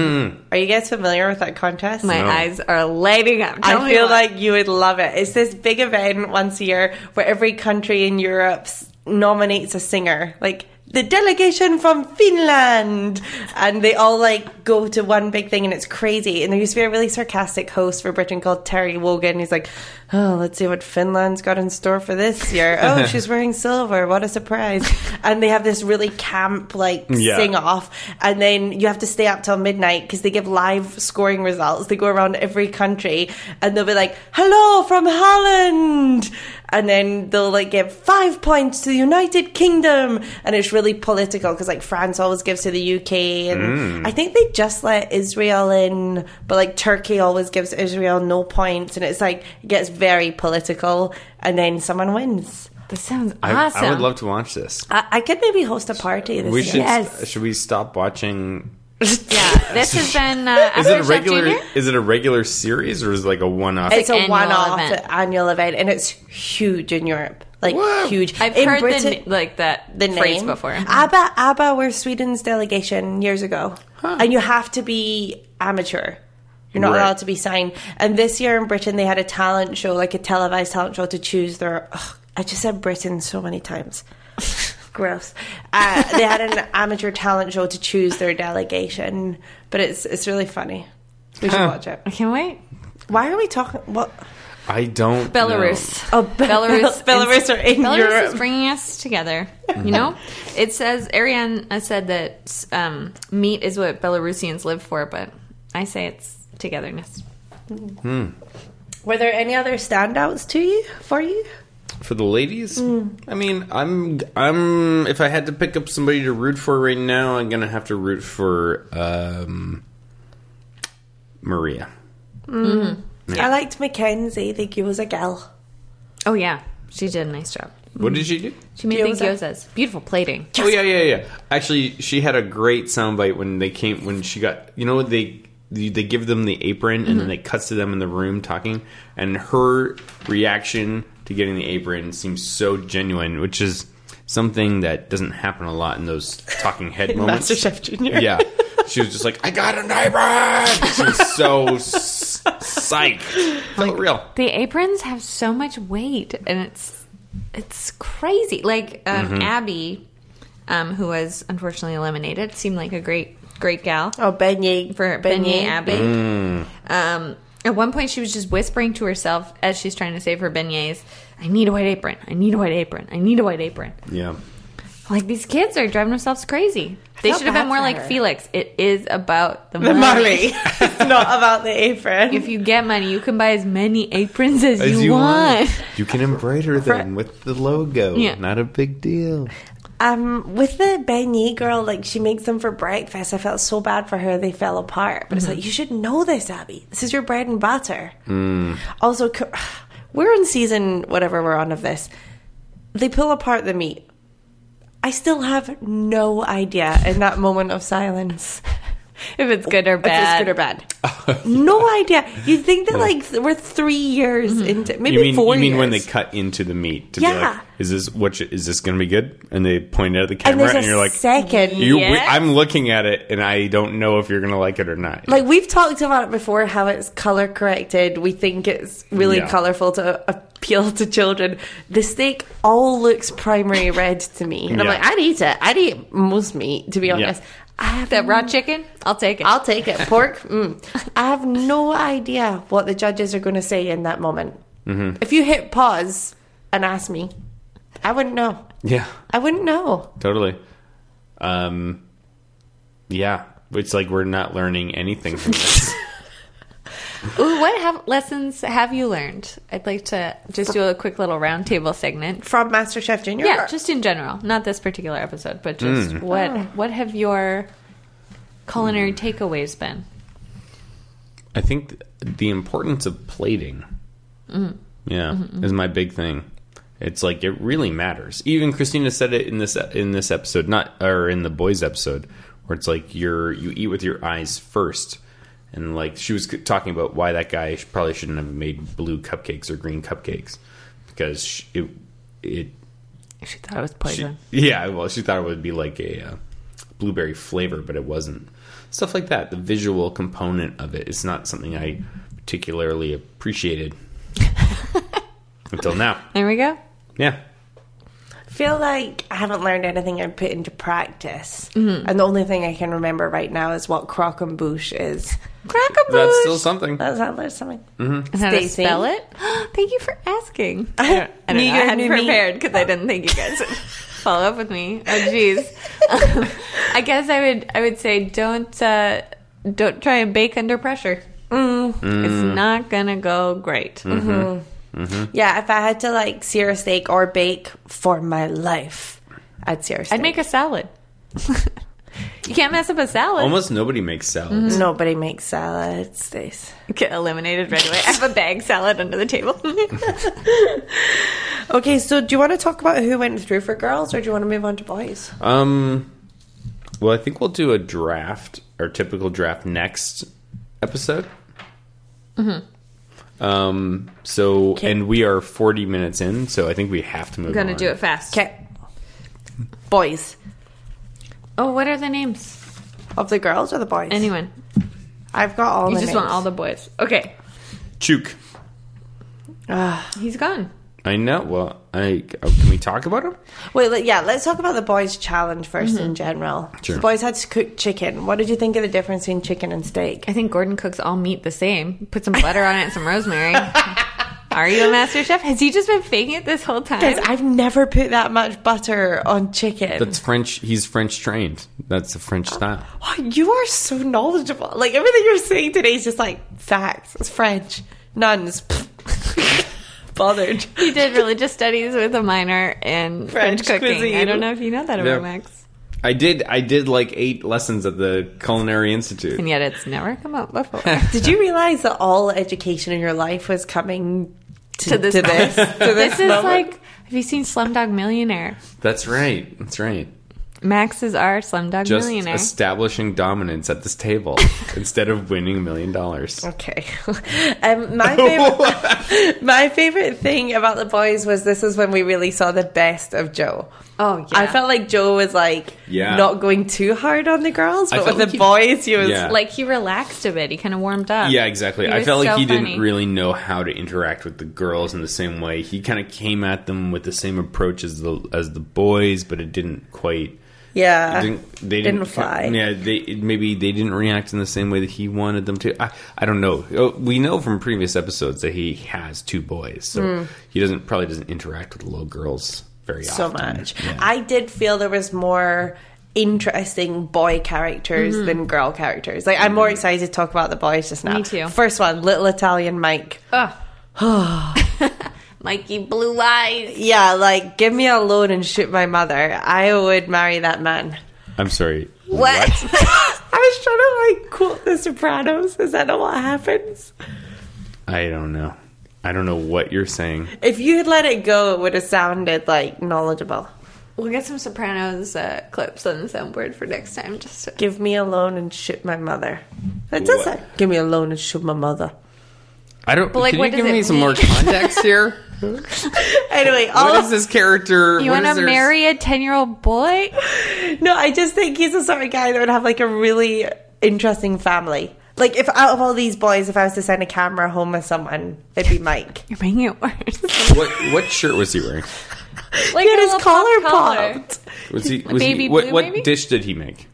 S3: you guys familiar with that contest?
S2: My
S1: No.
S2: eyes are lighting up. Tell
S3: I
S2: me
S3: feel
S2: what.
S3: like you would love it. It's this big event once a year where every country in Europe s- nominates a singer, like the delegation from Finland, and they all like go to one big thing, and it's crazy. And there used to be a really sarcastic host for Britain called Terry Wogan. He's like, "Oh, let's see what Finland's got in store for this year. Oh, she's wearing silver. What a surprise!" And they have this really camp like
S1: Yeah.
S3: sing off and then you have to stay up till midnight because they give live scoring results they go around every country and they'll be like hello from holland and then they'll like give five points to the united kingdom and it's really political because like france always gives to the uk and
S1: Mm.
S3: i think they just let israel in but like turkey always gives israel no points and it's like it gets very political and then someone wins
S2: this sounds
S1: I,
S2: awesome.
S1: I would love to watch this.
S3: i, I could maybe host a party this
S1: We
S3: year
S1: should
S2: Yes.
S1: should we stop watching?
S2: yeah, this has been uh,
S1: Is it a
S2: AfterShock
S1: regular?
S2: Junior.
S1: Is it a regular series or is it like a one-off?
S2: like
S3: It's a
S2: annual
S3: one-off
S2: event.
S3: annual event, and it's huge in Europe. Like
S1: Whoa.
S3: huge.
S2: I've
S3: in
S2: heard
S3: Britain,
S2: the, like that
S3: the
S2: phrase
S3: name Ah.
S2: before. Uh-huh.
S3: ABBA, ABBA were Sweden's delegation years ago, and you have to be amateur. You're not
S1: Right.
S3: allowed to be signed. And this year in Britain, they had a talent show, like a televised talent show, to choose their. Ugh, I just said Britain so many times. Gross. Uh, they had an amateur talent show to choose their delegation, but it's it's really funny. We should watch it.
S2: I can't wait.
S3: Why are we talking? What?
S1: I don't know.
S2: Belarus.
S3: Oh, Be-
S2: Belarus,
S3: Belarus are in
S2: Belarus
S3: Europe.
S2: is bringing us together. You know, it says Ariane said that um, meat is what Belarusians live for, but I say it's togetherness.
S3: Were there any other standouts to you for you?
S1: for the ladies i mean i'm i'm if i had to pick up somebody to root for right now i'm gonna have to root for um maria
S3: I liked Mackenzie. The gyoza gal.
S2: Oh yeah, she did a nice job.
S1: what did she do
S2: She made the
S3: Gyoza.
S2: gyozas. Beautiful plating.
S1: oh yeah yeah yeah actually she had a great soundbite when they came when she got you know they they give them the apron and
S2: Mm-hmm.
S1: then it cuts to them in the room talking and her reaction to getting the apron seems so genuine which is something that doesn't happen a lot in those talking head moments
S3: MasterChef Junior.
S1: Yeah. She was just like, I got a neighbor. She was so s- psyched. Felt real.
S2: The aprons have so much weight, and it's it's crazy. Like um, Abby, um, who was unfortunately eliminated, seemed like a great great gal.
S3: Oh, Beignet.
S2: for Beignet Abbey. Um, at one point, she was just whispering to herself as she's trying to save her beignets, I need a white apron. I need a white apron. I need a white apron.
S1: Yeah.
S2: Like, these kids are driving themselves crazy. They
S3: felt
S2: should have
S3: bad
S2: been more
S3: for
S2: like
S3: her.
S2: Felix. It is about the,
S3: The
S2: money.
S3: Molly. it's not about the apron.
S2: If you get money, you can buy as many aprons as,
S1: As
S2: you,
S1: you
S2: want.
S1: want. You can embroider them with the logo.
S2: Yeah.
S1: Not a big deal.
S3: um, with the Beignet girl, like she makes them for breakfast. I felt so bad for her. They fell apart. But it's
S1: Mm-hmm.
S3: like you should know this, Abby. This is your bread and butter.
S1: Mm.
S3: Also, co- we're in season whatever we're on of this. They pull apart the meat. I still have no idea in that moment of silence
S2: if it's good or
S3: If it's
S2: bad.
S3: good or bad. No idea. You think that like th- we're three years into
S1: Mm-hmm.
S3: maybe
S1: You mean
S3: four
S1: you mean when they
S3: years.
S1: cut into the meat to be
S3: Yeah.
S1: like, is this what you- is this going to be good? And they point it at the
S3: and
S1: camera,
S3: there's
S1: and,
S3: a
S1: you're like,
S3: second.
S1: you, we-
S2: Yes.
S1: I'm looking at it, and I don't know if you're going to like it or not.
S3: like we've talked about it before, how it's color corrected. We think it's really
S1: Yeah.
S3: colorful to appeal to children. The steak all looks primary red to me, and I'm
S1: Yeah.
S3: like, I'd eat it. I'd eat most meat, to be honest. I have
S2: That raw chicken, I'll take it.
S3: I'll take it. Pork. Mm. I have no idea what the judges are going to say in that moment.
S1: Mm-hmm.
S3: If you hit pause and ask me, I wouldn't know.
S1: yeah,
S3: I wouldn't know.
S1: totally. Um, yeah, it's like we're not learning anything from this.
S2: Ooh, what have, lessons have you learned? I'd like to just do a quick little roundtable segment.
S3: From MasterChef Junior.
S2: Yeah, just in general, not this particular episode, but just what what have your culinary takeaways been?
S1: I think th- the importance of plating, yeah, is my big thing. It's like it really matters. Even Christina said it in this in this episode, not or in the boys episode, where it's like you're you eat with your eyes first, and like she was c- talking about why that guy sh- probably shouldn't have made blue cupcakes or green cupcakes because sh- it it
S2: She thought it was
S1: she-
S2: poison.
S1: yeah, well, she thought it would be like a uh, blueberry flavor, but it wasn't. Stuff like that. The visual component of it is not something I particularly appreciated until now.
S2: there we go.
S1: Yeah.
S3: feel like I haven't learned anything I put into practice.
S2: Mm-hmm.
S3: And the only thing I can remember right now is what crock and boosh is. crock
S2: Oh
S3: and
S1: That's still something.
S3: That's how there's something.
S2: And how to
S3: Stacey.
S2: spell it? Thank you for asking. I, I
S3: don't-
S2: don't know. I
S3: Neither
S2: hadn't
S3: knew me.
S2: prepared because I didn't think you guys would follow up with me. Oh, jeez. Um, I guess I would. I would say don't uh, don't try and bake under pressure. It's not gonna go great.
S3: Yeah, if I had to like sear a steak or bake for my life, I'd sear a steak.
S2: I'd make a salad. you can't mess up a salad.
S1: Almost nobody makes salads.
S3: Nobody makes salads, Stace.
S2: Get eliminated right away. I have a bag salad under the table.
S3: Okay, so do you want to talk about who went through for girls, or do you want to move on to boys?
S2: Mm-hmm.
S1: Um, well, I think we'll do a draft, our typical draft, next episode.
S2: Mm-hmm.
S1: Um. So, and we are forty minutes in, so I think we have to move.
S2: Gonna
S1: on.
S2: do it fast.
S3: Okay, boys
S2: Oh, what are the names?
S3: of the girls or the boys?
S2: Anyone?
S3: I've got all.
S2: You
S3: the
S2: just want
S3: names.
S2: all the boys. Okay,
S1: Chook.
S2: he's gone.
S1: I know. Well, I uh, can we talk about him?
S3: Wait, let- yeah, let's talk about the boys' challenge 1st in general.
S1: Sure.
S3: The boys had to cook chicken. What did you think of the difference between chicken and steak?
S2: I think Gordon cooks all meat the same. Put some butter on it and some rosemary. Are you a master chef? Has he just been faking it this whole time?
S3: Guys, I've never put that much butter on chicken.
S1: That's French. He's French trained. That's the French style.
S3: Wow, you are so knowledgeable. Like everything you're saying today is just like facts. It's French. Nuns. Bothered.
S2: he did religious studies with a minor in French,
S3: French
S2: cooking. I
S3: cuisine.
S2: don't know if you know that about
S1: Yeah.
S2: Max,
S1: I did. I did like eight lessons at the Culinary Institute.
S2: and yet it's never come up before.
S3: Did you realize that all education in your life was coming to,
S2: to this,
S3: to
S2: moment.
S3: this? to
S2: this is
S3: moment?
S2: like. Have you seen Slumdog Millionaire?
S1: That's right. That's right.
S2: Max is our Slumdog
S1: Just
S2: Millionaire.
S1: establishing dominance at this table instead of winning a million dollars.
S3: Okay. um, my favorite, my favorite thing about the boys was this is when we really saw the best of Joe.
S2: Oh, yeah.
S3: I felt like Joe was like
S1: Yeah.
S3: not going too hard on the girls,
S1: I
S3: but
S1: felt
S3: with
S1: like
S3: the
S1: he-
S3: boys, he was
S1: Yeah.
S2: like he relaxed a bit. He kind of warmed up.
S1: Yeah, exactly.
S2: He
S1: I
S2: was
S1: felt
S2: so
S1: like he
S2: funny.
S1: didn't really know how to interact with the girls in the same way. He kind of came at them with the same approach as the as the boys, but it didn't quite.
S2: Uh,
S3: yeah.
S1: didn't, they
S3: didn't
S1: didn't, co-
S3: fly.
S1: Yeah, they maybe they didn't react in the same way that he wanted them to. I, I don't know. Oh, We know from previous episodes that he has two boys, so
S2: Hmm.
S1: he doesn't probably doesn't interact with little girls very
S3: so
S1: often.
S3: much.
S1: Yeah.
S3: I did feel there was more interesting boy characters than girl characters. Like I'm
S1: Mm-hmm.
S3: more excited to talk about the boys just now.
S2: Mm-hmm. Me too. Oh.
S3: First one, little Italian Mike.
S2: Mikey Blue Eyes.
S3: Yeah, like give me a loan and shoot my mother. I would marry that man.
S1: I'm sorry.
S2: What?
S3: I was trying to like quote The Sopranos. Is that not what happens?
S1: I don't know. I don't know what you're saying.
S3: If you had let it go, it would have sounded like knowledgeable.
S2: We'll get some Sopranos uh, clips on the soundboard for next time. Just so.
S3: Give me a loan and shoot my mother. That doesn't.
S1: What?
S3: Give me a loan and shoot my mother.
S1: I don't.
S2: But, like,
S1: can
S2: what
S1: you
S2: does
S1: give
S2: it
S1: me some
S2: mean?
S1: more context here?
S3: Anyway, all
S1: what is this character?
S2: You
S1: what
S2: want
S1: is
S2: to
S1: their-
S2: marry a ten-year-old boy?
S3: no, I just think he's the sort of guy that would have like a really interesting family. Like if out of all these boys, if I was to send a camera home with someone, it'd be Mike.
S2: You're making it worse.
S1: What what shirt was he wearing?
S2: Like
S3: He had
S2: a
S3: his
S2: little
S3: collar
S2: pop collar.
S3: popped.
S1: Was he? Was
S2: baby
S1: he what
S2: blue,
S1: what
S2: maybe?
S1: dish did he make?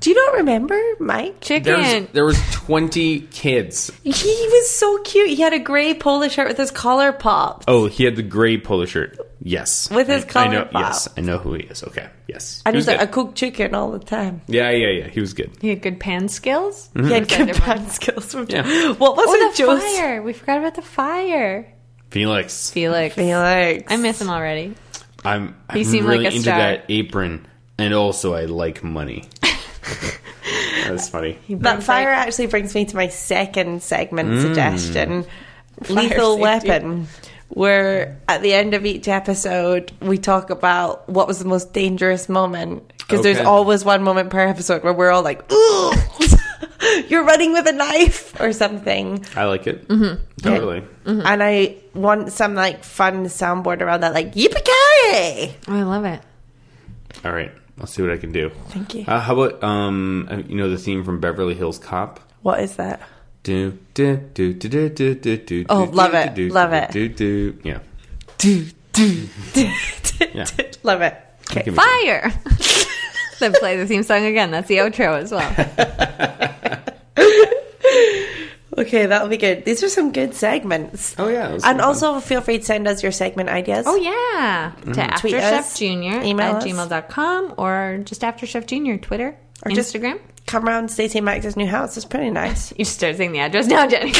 S3: Do you not remember Mike?
S1: There
S2: Chicken.
S1: was, there was twenty kids.
S3: He was so cute. He had a grey polo shirt with his collar popped.
S1: Oh, he had the gray polo shirt. Yes,
S3: With his
S1: I, I
S3: collar
S1: know.
S3: pop.
S1: Yes, I know who he is. Okay, yes.
S3: And
S1: He
S3: he's
S1: was
S3: like, I
S1: good.
S3: cook chicken all the time.
S1: yeah, yeah, yeah. He was good.
S2: He had good pan skills.
S3: He had good
S2: never
S3: band skills. From
S1: Yeah.
S3: What was
S2: Oh,
S3: it,
S2: the
S3: Joe's?
S2: fire! We forgot about the fire.
S1: Felix,
S2: Felix.
S3: Felix.
S2: I miss him already.
S1: I'm.
S2: He
S1: I'm
S2: seemed
S1: really
S2: like a
S1: into
S2: star.
S1: that apron, and also I like money. That's funny.
S3: That fire actually brings me to my second segment suggestion Lethal
S2: safety.
S3: Weapon, where at the end of each episode, we talk about what was the most dangerous moment. Because
S1: Okay.
S3: there's always one moment per episode where we're all like, ooh, you're running with a knife or something.
S1: I like it. Mm-hmm. Totally.
S3: And I want some like fun soundboard around that, like, yippee
S2: Oh, I love it.
S1: All right. I'll see what I can do.
S3: Thank you.
S1: Uh, how about um, uh, you know the theme from Beverly Hills Cop?
S3: What is that?
S1: Do do do do do do do do.
S3: Oh,
S1: do,
S3: love
S1: do,
S3: it,
S1: do, do,
S3: love
S1: do,
S3: it.
S1: Do do. Yeah. Yeah.
S3: Love it. Okay.
S1: Give me some.
S2: Fire. then play the theme song again. That's the outro as well.
S3: Okay, that'll be good. These are some good segments.
S1: Oh yeah. that was
S3: And
S1: fun.
S3: also, feel free to send us your segment ideas.
S2: Oh yeah, to
S3: Tweet us,
S2: AfterChefJr
S3: email
S2: at
S3: us.
S2: gmail.com or just AfterChefJr Twitter or
S3: just-
S2: Instagram.
S3: Come around Stacey and Max's new house. It's pretty nice.
S2: You start saying the address now, Jenny.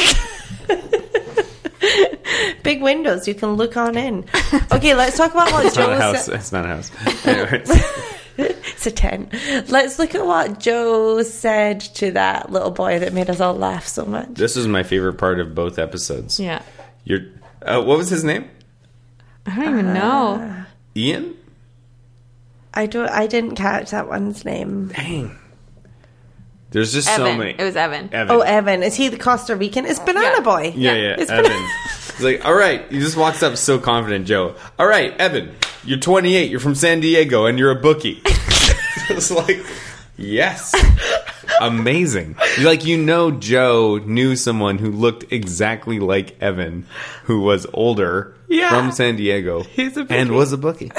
S3: Big windows. You can look on in. Okay, let's talk about what
S1: It's not a
S3: Joe
S1: house.
S3: said.
S1: It's not a house. Anyways.
S3: It's a 10. Let's look at what Joe said to that little boy that made us all laugh so much.
S1: this is my favorite part of both episodes.
S2: yeah,
S1: Your uh, what was his name?
S2: I don't even know.
S1: Ian.
S3: I don't. I didn't catch that one's name.
S1: Dang. There's just so
S2: Evan.
S1: many.
S2: it was Evan.
S1: Evan.
S3: Oh, Evan. Is he the Costa Rican? It's Banana
S2: Yeah.
S3: Boy.
S1: Yeah, yeah,
S3: It's
S1: Evan.
S3: been-
S1: He's like, all right. He just walks up so confident, Joe. All right, Evan, you're 28, you're from San Diego, and you're a bookie. it's like, yes. Amazing. You're like, you know, Joe knew someone who looked exactly like Evan, who was older
S3: Yeah.
S1: from San Diego
S3: He's a bookie.
S1: and was a bookie.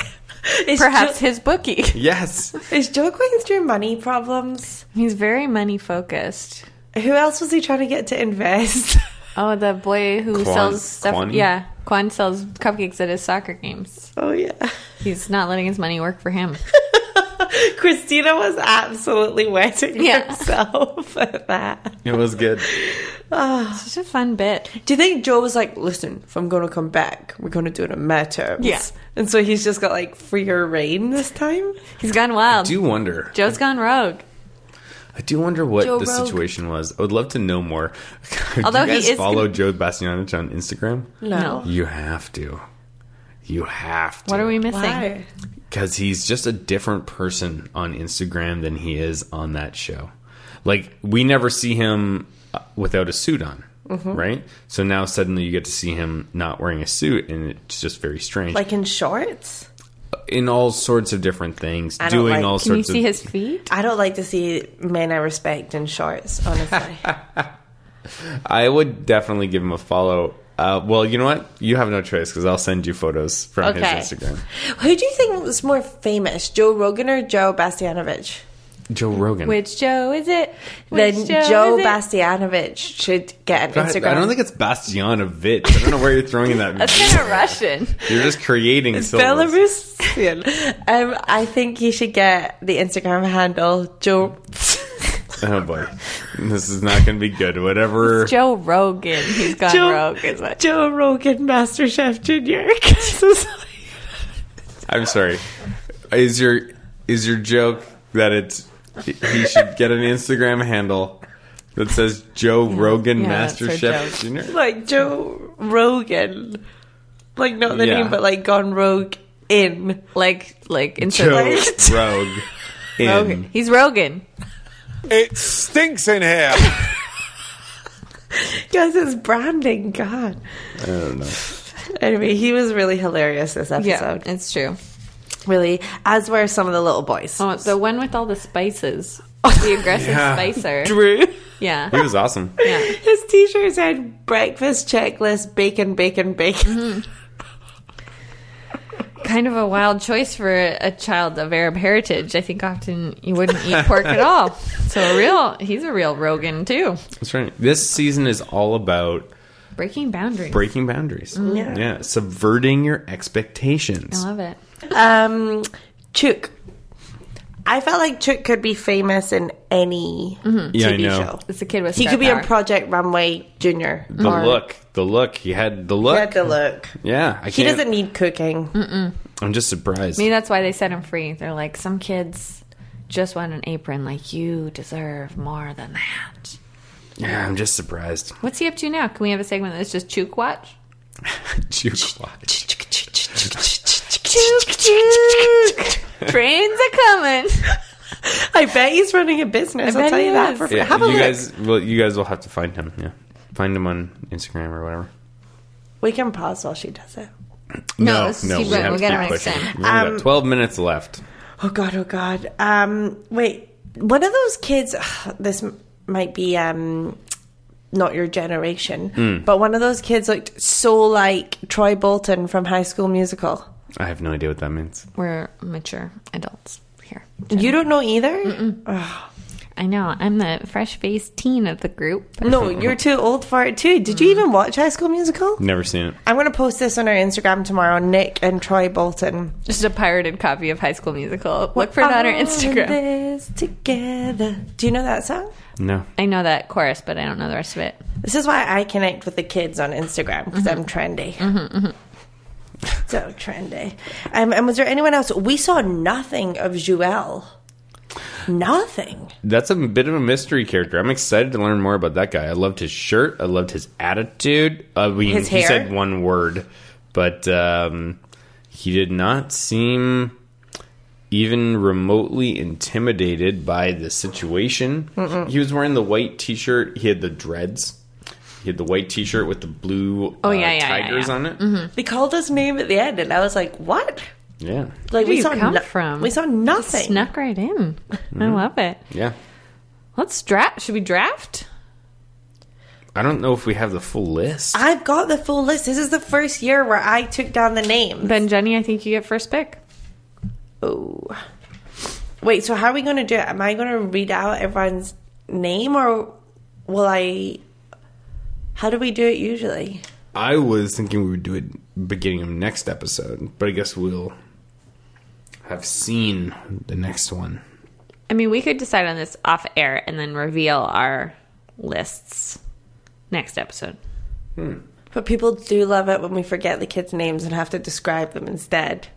S3: Is
S2: Perhaps
S3: Joe,
S2: his bookie.
S1: Yes.
S3: is Joe going through money problems?
S2: He's very money focused.
S3: Who else was he trying to get to invest?
S2: Oh, the boy who
S1: Quan-
S2: sells stuff.
S1: Quan?
S2: Yeah, Quan sells cupcakes at his soccer games.
S3: oh yeah.
S2: He's not letting his money work for him.
S3: Christina was absolutely wetting
S2: Yeah.
S3: herself at that.
S1: It was good.
S2: Such a fun bit.
S3: Do you think Joe was like, listen, if I'm going to come back, we're going to do it on my terms?
S2: Yeah.
S3: And so he's just got like freer reign this time?
S2: He's gone wild.
S1: I do wonder.
S2: Joe's gone rogue.
S1: I do wonder what
S2: Joe
S1: the
S2: Rogan.
S1: situation was. I would love to know more. Do
S2: Although
S1: you
S2: he
S1: guys
S2: is
S1: follow Joe Bastianich on Instagram?
S2: No.
S1: You have to. You have to.
S2: What are we missing?
S3: Why?
S1: Because he's just a different person on Instagram than he is on that show. Like we never see him uh, without a suit on,
S2: Mm-hmm.
S1: right? So now suddenly you get to see him not wearing a suit, and it's just very strange.
S3: Like in shorts?
S1: in all sorts of different things,
S3: don't
S1: doing
S3: like-
S1: all
S2: Can you
S1: sorts
S2: see
S1: of.
S2: his feet?
S3: I don't like to see men I respect in shorts, honestly.
S1: I would definitely give him a follow. Uh, well, you know what? You have no choice because I'll send you photos from
S3: Okay.
S1: his Instagram.
S3: Who do you think was more famous, Joe Rogan or Joe Bastianovich?
S1: Joe Rogan.
S2: Which Joe is it? Which
S3: Then Joe
S2: is it?
S3: Bastianovich should get an
S1: God,
S3: Instagram.
S1: I don't think it's Bastianovich. I don't know where you're throwing that.
S2: That's kind of Russian.
S1: You're just creating syllables.
S3: Belarusian. Um, I think you should get the Instagram handle Joe.
S1: Oh boy, this is not going to be good. Whatever.
S2: Joe Rogan. He's gone
S3: Joe-
S2: rogue. Is it?
S3: Joe Rogan MasterChef Junior. 'Cause it's like-
S1: I'm sorry. Is your is your joke that it's he should get an Instagram handle that says Joe Rogan
S2: yeah, that's
S1: Master
S2: our
S1: Chef Junior?
S3: like Joe Rogan, like not the
S1: Yeah.
S3: name, but like gone rogue. in.
S2: Like, like, insert.
S1: Joe
S2: like-
S1: Rogue in.
S3: Okay.
S2: He's Rogan.
S6: It stinks in here.
S3: Because it's branding, God.
S1: I don't know.
S3: Anyway, he was really hilarious this
S2: Yeah,
S3: episode.
S2: it's true.
S3: Really, as were some of the little boys.
S2: Oh, the one with all the spices. The aggressive
S1: Yeah.
S2: spicer.
S3: Drew.
S2: Yeah.
S1: He was awesome.
S2: Yeah.
S3: His t shirt said breakfast checklist, bacon, bacon, bacon.
S2: Kind of a wild choice for a child of Arab heritage. I think often you wouldn't eat pork at all. So a real, he's a real Rogan too.
S1: That's right. This season is all about
S2: Breaking boundaries.
S1: breaking boundaries.
S3: Yeah.
S1: Yeah, subverting your expectations.
S2: I love it.
S3: Um, Chook. I felt like Chook could be famous in any
S2: Mm-hmm.
S1: Yeah, I
S3: TV
S1: know.
S3: show.
S2: It's a kid with.
S3: He
S2: star
S3: could be in
S2: power.
S3: Project Runway Junior.
S1: The look, the look. He had the look.
S3: He had the look.
S1: yeah, I
S3: He
S1: can't.
S3: doesn't need cooking.
S2: Mm.
S1: I'm just surprised.
S2: Maybe that's why they set him free. They're like, some kids just want an apron. Like you deserve more than that.
S1: Yeah, I'm just surprised.
S2: What's he up to now? Can we have a segment that's just Chook Watch?
S1: Juke watch.
S2: Trains are coming.
S3: I bet he's running a business.
S2: I
S3: I'll
S2: bet
S3: tell
S2: he
S3: you that.
S2: is.
S3: For,
S1: Yeah,
S3: have a
S1: you
S3: look.
S1: guys. Well, you guys will have to find him. Yeah, find him on Instagram or whatever.
S3: we can pause while she does it.
S2: No, Oh, let's
S1: no,
S2: keep
S1: we
S2: going.
S1: have
S2: We'll
S1: to
S2: get
S1: keep
S2: him next
S1: pushing.
S2: time.
S1: We've only got 12 minutes left.
S3: Oh god, oh god. Um, wait, one of those kids. This m- might be um, not your generation,
S1: Hmm.
S3: but one of those kids looked so like Troy Bolton from High School Musical.
S1: I have no idea what that means.
S2: We're mature adults here.
S3: You don't know either.
S2: I know. I'm the fresh faced teen of the group.
S3: No, you're too old for it too. Did you even watch High School Musical?
S1: Never seen it.
S3: I'm gonna post this on our Instagram tomorrow. Nick and Troy Bolton.
S2: Just a pirated copy of High School Musical. Oh, Look for it on our
S3: All
S2: Instagram.
S3: This together. Do you know that song?
S1: No.
S2: I know that chorus, but I don't know the rest of it.
S3: This is why I connect with the kids on Instagram because I'm
S2: Mm-hmm.
S3: trendy. so trendy. Um, and was there anyone else? We saw nothing of Joel. Nothing.
S1: That's a bit of a mystery character. I'm excited to learn more about that guy. I loved his shirt. I loved his attitude. I mean,
S3: His
S1: he
S3: hair.
S1: said one word, but um, he did not seem even remotely intimidated by the situation. He was wearing the white t-shirt. He had the dreads. He had the white t-shirt with the blue
S2: Oh,
S1: uh,
S2: yeah, yeah, yeah,
S1: tigers
S2: yeah. Mm-hmm.
S1: on it.
S3: They called his name at the end, and I was like, "What?"
S1: Yeah,
S3: Like
S2: Where do you come from?
S3: We saw nothing.
S2: Snuck right in.
S1: Mm-hmm.
S2: I love it.
S1: yeah.
S2: Let's draft. Should we draft?
S1: I don't know if we have the full list.
S3: I've got the full list. This is the first year where I took down the name.
S2: Then, Jenny, I think you get first pick.
S3: Oh. Wait, so how are we going to do it? Am I going to read out everyone's name or will I. How do we do it usually?
S1: I was thinking we would do it beginning of next episode, but I guess we'll have seen the next one.
S2: I mean, we could decide on this off air and then reveal our lists next episode.
S3: But people do love it when we forget the kids' names and have to describe them instead.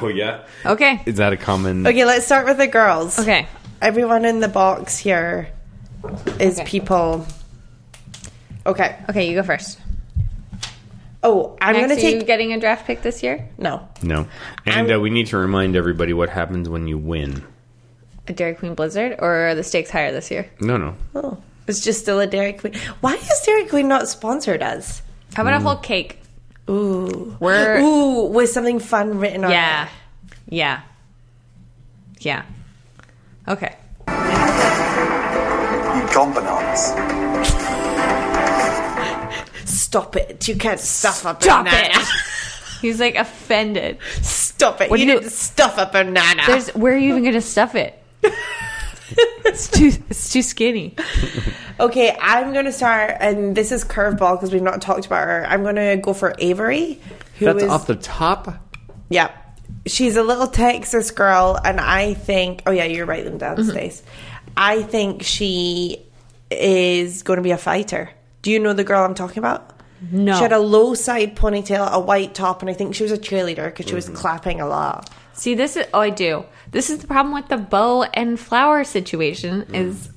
S1: Oh yeah,
S2: Okay.
S1: is that a common?
S3: Okay, let's start with the girls.
S2: Okay.
S3: Everyone in the box here is
S2: Okay.
S3: people. Okay.
S2: Okay, you go first.
S3: Oh, I'm
S2: Max,
S3: going to
S2: are you
S3: take.
S2: getting a draft pick this year?
S3: no.
S1: No, and uh, we need to remind everybody what happens when you win.
S2: A Dairy Queen Blizzard, or are the stakes higher this year?
S1: No, no,
S3: Oh, it's just still a Dairy Queen. Why is Dairy Queen not sponsored us?
S2: How about a whole cake?
S3: Ooh.
S2: We're
S3: Ooh, with something fun written on
S2: yeah, yeah, yeah. Okay,
S7: Incompetence.
S3: it. Stop it. You can't stuff a
S2: stop
S3: banana.
S2: it. He's like offended.
S3: Stop it.
S2: What
S3: you
S2: do you-
S3: need to stuff a banana.
S2: There's where are you even gonna stuff it? it's too it's too skinny.
S3: Okay, I'm going to start, and this is curveball because we've not talked about her. I'm going to go for Avery. Who
S1: that's
S3: is-
S1: off the top.
S3: Yeah. She's a little Texas girl, and I think. Oh, yeah, you're right, them down,
S2: Mm-hmm.
S3: Stace. I think she is going to be a fighter. Do you know the girl I'm talking about?
S2: No.
S3: She had a low side ponytail, a white top, and I think she was a cheerleader because she was
S1: Mm-hmm.
S3: clapping a lot.
S2: See, this is oh, I do. This is the problem with the bow and flower situation. Is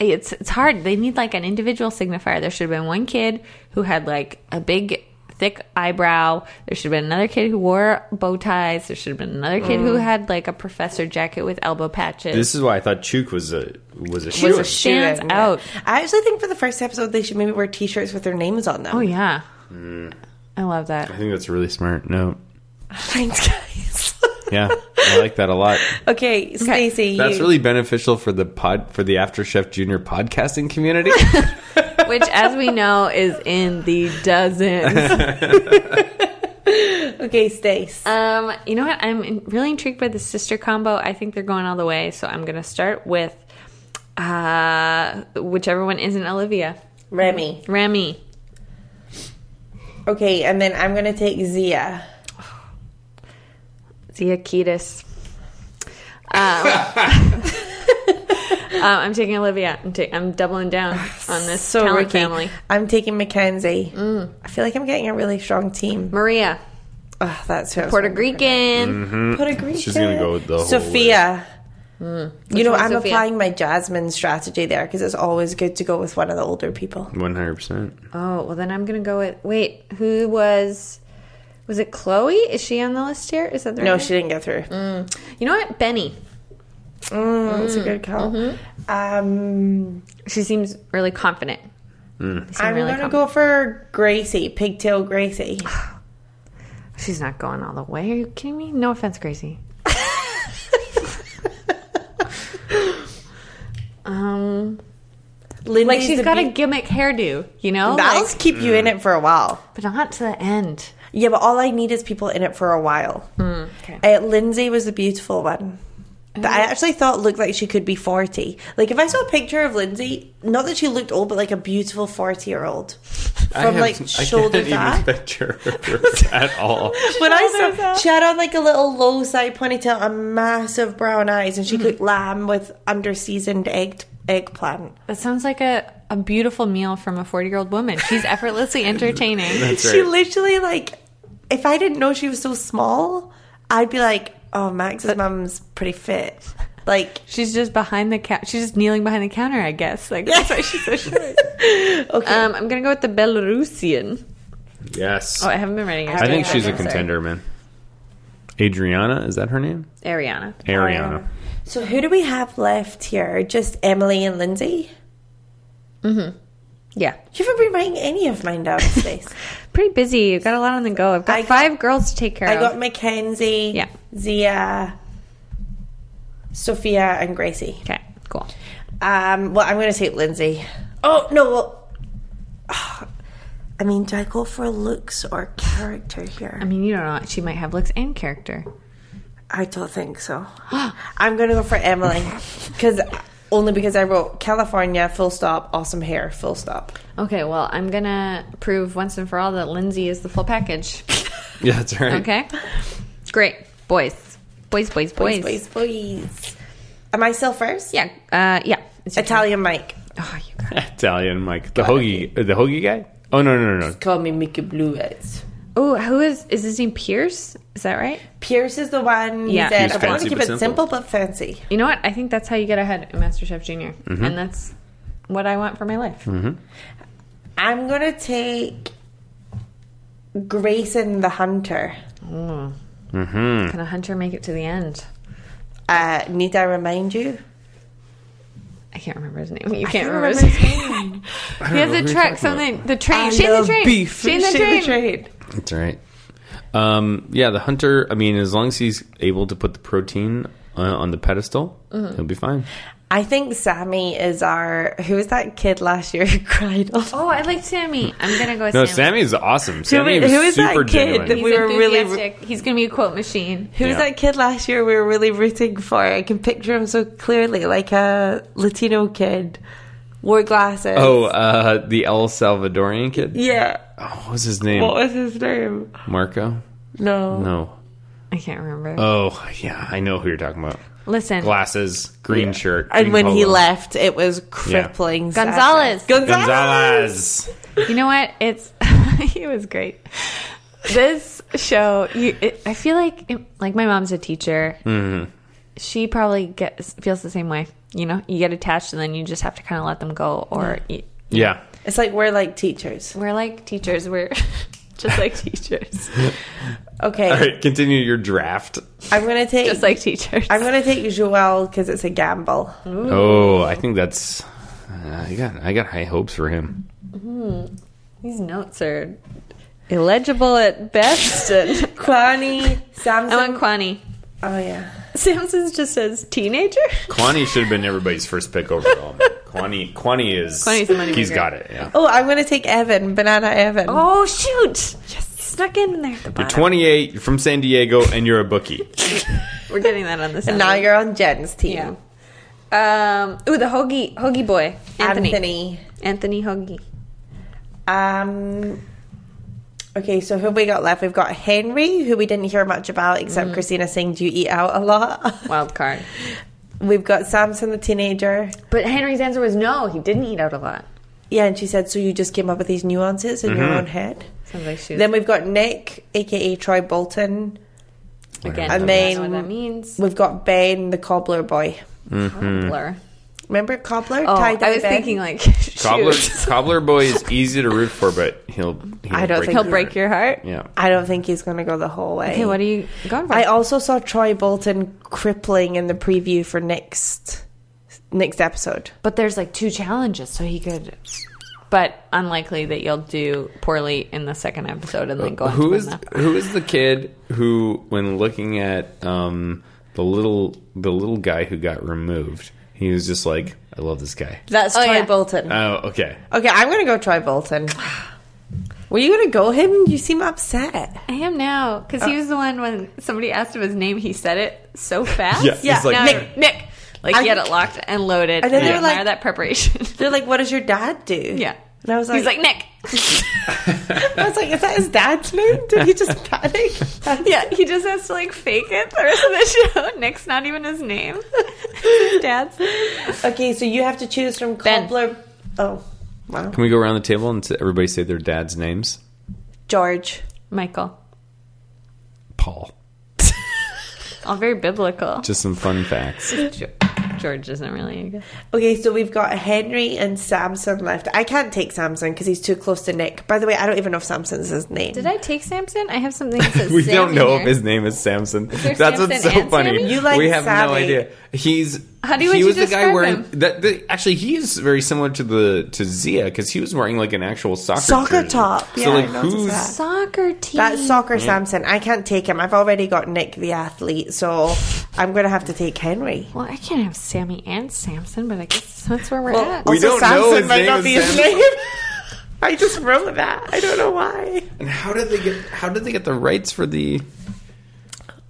S2: it's it's hard. They need like an individual signifier. There should have been one kid who had like a big thick eyebrow. There should have been another kid who wore bow ties. There should have been another kid who had like a professor jacket with elbow patches.
S1: This is why I thought Chook was a was a
S2: was
S1: shoe.
S2: a stands
S3: Shooting, yeah.
S2: out.
S3: I actually think for the first episode, they should maybe wear T-shirts with their names on them.
S2: Oh yeah, I love that.
S1: I think that's a really smart note.
S3: Thanks, guys.
S1: Yeah, I like that a lot.
S3: okay, Stacey.
S1: That's
S3: you-
S1: really beneficial for the pod for the After Chef Junior podcasting community.
S2: Which, as we know, is in the dozens.
S3: okay, Stace.
S2: um, you know what? I'm in- really intrigued by the sister combo. I think they're going all the way, so I'm gonna start with uh, whichever one isn't Olivia,
S3: Remy.
S2: Remy.
S3: Okay, and then I'm gonna take Zia.
S2: Zia Kiedis. Um, uh, I'm taking Olivia. I'm, ta- I'm doubling down on this
S3: So
S2: talent
S3: Ricky.
S2: family. Mm.
S3: I'm taking Mackenzie. I feel like I'm getting a really strong team.
S2: Maria,
S3: Oh, that's who I was
S2: Puerto
S3: going
S2: Rican.
S3: for. Puerto Rican.
S1: She's gonna go with the whole
S3: Sophia. You know,
S2: one's
S3: I'm
S2: Mm. Sophia?
S3: applying my Jasmine strategy there because it's always good to go with one of the older people.
S1: One hundred percent.
S2: Oh, well, then I'm going to go with. Wait, who was. Was it Chloe? Is she on the list here? Is that the right
S3: No,
S2: name?
S3: she didn't get through.
S2: You know what? Benny.
S3: Mm, That's a good call. Um,
S2: She seems really confident.
S1: Hmm.
S2: They seem
S3: I'm
S2: really
S3: gonna
S2: confident.
S3: go for Gracie, pigtail Gracie.
S2: She's not going all the way. Are you kidding me? No offense, Gracie. um,
S3: Lindy's
S2: like she's
S3: the
S2: got a
S3: big-
S2: gimmick hairdo, you know,
S3: That'll
S2: like,
S3: keep you in it for a while.
S2: but not to the end.
S3: Yeah, but all I need is people in it for a while.
S2: okay.
S3: Uh, Lindsay was the beautiful one. That I actually thought looked like she could be 40. Like, if I saw a picture of Lindsay, not that she looked old, but like a beautiful 40 year old. From like shoulder to
S1: I
S3: eye.
S1: can't even picture her at all.
S3: When I saw, she had on like a little low side ponytail and massive brown eyes, and she cooked lamb with under seasoned egg, eggplant.
S2: That sounds like a, a beautiful meal from a forty year old woman. She's effortlessly entertaining.
S1: That's right.
S3: She literally like, if I didn't know she was so small, I'd be like, oh, Max's mum's pretty fit. Like,
S2: she's just behind the counter. She's just kneeling behind the counter, I guess. Like that's why she's so short.
S3: okay,
S2: Um, I'm gonna go with the Belarusian.
S1: Yes,
S2: Oh, I haven't been writing. her
S1: I
S2: name.
S1: think she's a
S2: Sorry.
S1: contender, man. Adriana, is that her name?
S2: Ariana.
S1: Ariana.
S3: so who do we have left here? Just Emily and Lindsay?
S2: Yeah.
S3: You haven't been writing any of mine down, Stace.
S2: pretty busy. I've got a lot on the go. I've got
S3: I got-
S2: five girls to take care
S3: I
S2: of.
S3: got Mackenzie,
S2: Yeah.
S3: Zia, Sophia, and Gracie.
S2: okay, cool.
S3: Um, well, I'm going to take Lindsay. Oh, no, well, I mean, do I go for looks or character here?
S2: I mean, you don't know. She might have looks and character.
S3: I don't think so. I'm gonna go for Emily because only because I wrote California full stop awesome hair full stop.
S2: Okay, well, I'm gonna prove once and for all that Lindsay is the full package.
S1: Yeah, that's right.
S2: Okay, great boys, boys, boys, boys.
S3: Boys, boys, boys. Am I still first?
S2: Yeah, uh, yeah. It's your turn.
S3: Italian Mike.
S2: Oh, you got it.
S1: Italian Mike, the hoagie, uh, the hoagie guy. Oh no no no no!
S3: Call me Mickey Blue Eyes.
S2: Oh, who is is his name? Pierce? Is that right?
S3: Pierce is the one.
S2: Yeah.
S3: Yeah, he said,
S1: He's
S3: I want
S1: fancy
S3: to keep
S1: but
S3: it
S1: simple."
S3: simple. but fancy.
S2: You know what? I think that's how you get ahead in MasterChef Junior,
S3: Mm-hmm.
S2: and that's what I want for my life.
S3: I'm gonna take Grayson the Hunter.
S2: Can a hunter make it to the end?
S3: Uh, need I remind you?
S2: I can't remember his name. You can't
S3: can't
S2: remember,
S3: remember
S2: his name. he has a truck, something. The train. She's the
S3: love
S2: train.
S1: beef.
S2: She's the
S3: Shade
S2: train.
S3: the trade.
S1: That's right. Um, yeah, the hunter. I mean, as long as he's able to put the protein uh, on the pedestal,
S3: Mm-hmm.
S1: he'll be fine.
S3: I think Sammy is our. Who was that kid last year who cried? Oh,
S2: Oh, I like Sammy. I'm gonna go with
S1: No,
S2: Sammy.
S1: Sammy is awesome. Sammy
S3: who
S1: was
S3: is that
S1: super
S3: kid
S1: genuine.
S3: that
S2: He's
S3: we were really-
S2: enthusiastic. He's gonna be a quote machine.
S3: Who was
S1: Yeah.
S3: that kid last year we were really rooting for? I can picture him so clearly, like a Latino kid. Wore glasses.
S1: Oh, uh, the El Salvadorian kid.
S3: Yeah.
S1: Oh, what was his name?
S3: What was his name?
S1: Marco?
S3: No.
S1: No.
S2: I can't remember.
S1: Oh, yeah, I know who you're talking about.
S2: Listen,
S1: Glasses, green shirt,
S3: And
S1: green
S3: when he
S1: polo.
S3: left, it was crippling. sadness.
S2: Gonzalez.
S3: Gonzalez.
S1: Gonzalez.
S2: you know what? It's he was great. This show, you, it, I feel like it, like my mom's a teacher. She probably gets feels the same way. You know, you get attached, and then you just have to kind of let them go, or you,
S1: Yeah.
S3: It's like we're like teachers.
S2: We're like teachers. We're just like teachers.
S3: Okay,
S1: All right, continue your draft.
S3: I'm gonna take.
S2: Just like teachers.
S3: I'm gonna take Joel because it's a gamble.
S2: Mm.
S1: Oh, I think that's. Uh, I got I got high hopes for him.
S2: These notes are illegible at best. And
S3: Kwani
S2: I want
S3: Samson.
S2: Kwani.
S3: oh yeah.
S2: Samson's just says teenager.
S1: Kwani should have been everybody's first pick overall. Kwani Kwani is
S2: Kwani's the money
S1: he's
S2: maker.
S1: got it. Yeah.
S3: Oh, I'm gonna take Evan, banana Evan.
S2: Oh shoot! Yes, snuck in there. At the
S1: You're
S2: bottom.
S1: 28. You're from San Diego, and you're a bookie.
S2: We're getting that on this.
S3: Now you're on Jen's team.
S2: Yeah. Um. Ooh, the hoagie, hoagie boy, Anthony. Anthony,
S3: Anthony.
S2: hoagie.
S3: Um. Okay, so who we got left? We've got Henry, who we didn't hear much about, except Christina saying, "Do you eat out a lot?"
S2: Mm. Wild card.
S3: We've got Samson, the teenager.
S2: But Henry's answer was no. He didn't eat out a lot.
S3: Yeah, and she said, "So you just came up with these nuances in your own head."
S2: Sounds like she was
S3: Then we've got Nick, aka Troy Bolton.
S2: again.
S1: I
S2: I mean,
S3: mean-
S2: what that means.
S3: We've got Ben, the cobbler boy.
S1: Hmm.
S2: Blur.
S3: Remember cobbler?
S2: Oh, I
S3: Tie-dye
S2: was
S3: Ben?
S2: thinking like
S1: Cobbler
S2: shoot.
S1: Cobbler Boy is easy to root for, but he'll, he'll
S3: I don't think
S2: He'll
S1: your
S2: break your heart.
S1: heart. Yeah.
S3: I don't think he's going to go the whole way.
S2: Okay, what are you going for?
S3: I also saw Troy Bolton crippling in the preview for next next episode.
S2: But there's like two challenges, so he could. But unlikely that you'll do poorly in the second episode and
S3: Uh,
S2: then go on to
S1: who
S2: win
S1: is
S2: the-
S1: who is the kid who when looking at um the little the little guy who got removed he was just like i love this guy
S3: That's
S2: Oh,
S3: Troy
S2: yeah.
S3: Bolton.
S1: oh okay
S3: Uh, okay, I'm going to go Troy Bolton. Were you going to go him? You seem upset.
S2: I am now because
S3: Uh,
S2: he was the one when somebody asked him his name, he said it so fast.
S1: Yeah, he's
S3: Yeah,
S1: like-
S2: Now,
S3: Nick.
S2: Nick. Nick. Like he
S3: I-
S2: had it locked and loaded.
S3: And then
S2: and
S3: they
S2: I
S3: were like-
S2: admire that preparation.
S3: They're like, "What does your dad do?"
S2: yeah.
S3: and I was like,
S2: He's like Nick.
S3: I was like, "Is that his dad's name? Did he just panic?"
S2: Yeah, he just has to like fake it the rest of the show. Nick's not even his name. his dad's.
S3: Okay, so you have to choose from
S2: Ben.
S3: cobbler. Oh, wow,
S1: can we go around the table and s- everybody say their dad's names
S3: George.
S2: Michael.
S1: paul
S2: All very biblical.
S1: just some fun facts
S2: Jo- George isn't really a good.
S3: Okay, so we've got Henry and Samson left. I can't take Samson because he's too close to Nick. By the way, I don't even know if Samson's his name.
S2: Did I take Samson? I have something that says
S1: we
S2: Sam
S1: don't
S2: in
S1: know
S2: here.
S1: if his name is samson
S2: there
S1: that's what's
S2: Samson
S1: so
S2: and
S1: funny
S2: Sammy?
S3: You like
S1: we have no
S3: Sammy.
S1: idea he's
S2: How do you-
S1: he
S2: would
S1: was
S2: you
S1: the guy
S2: describe
S1: wearing
S2: him?
S1: that the, actually he is very similar to the to zia because he was wearing like an actual soccer
S3: Soccer
S1: jersey.
S3: top.
S1: so
S3: Yeah,
S1: like
S3: I noticed
S1: who's
S3: that.
S2: soccer team.
S3: That's soccer Samson. I can't take him. I've already got Nick the athlete, so I'm going to have to take Henry.
S2: Well, I can't have Sammy and Samson, but I guess that's where we're at.
S1: We
S3: also,
S1: don't know
S3: Samson
S1: his
S3: might
S1: name
S3: not
S1: is
S3: be his
S1: Samson.
S3: name. I just wrote that. I don't know why.
S1: And how did they get? How did they get the rights for the?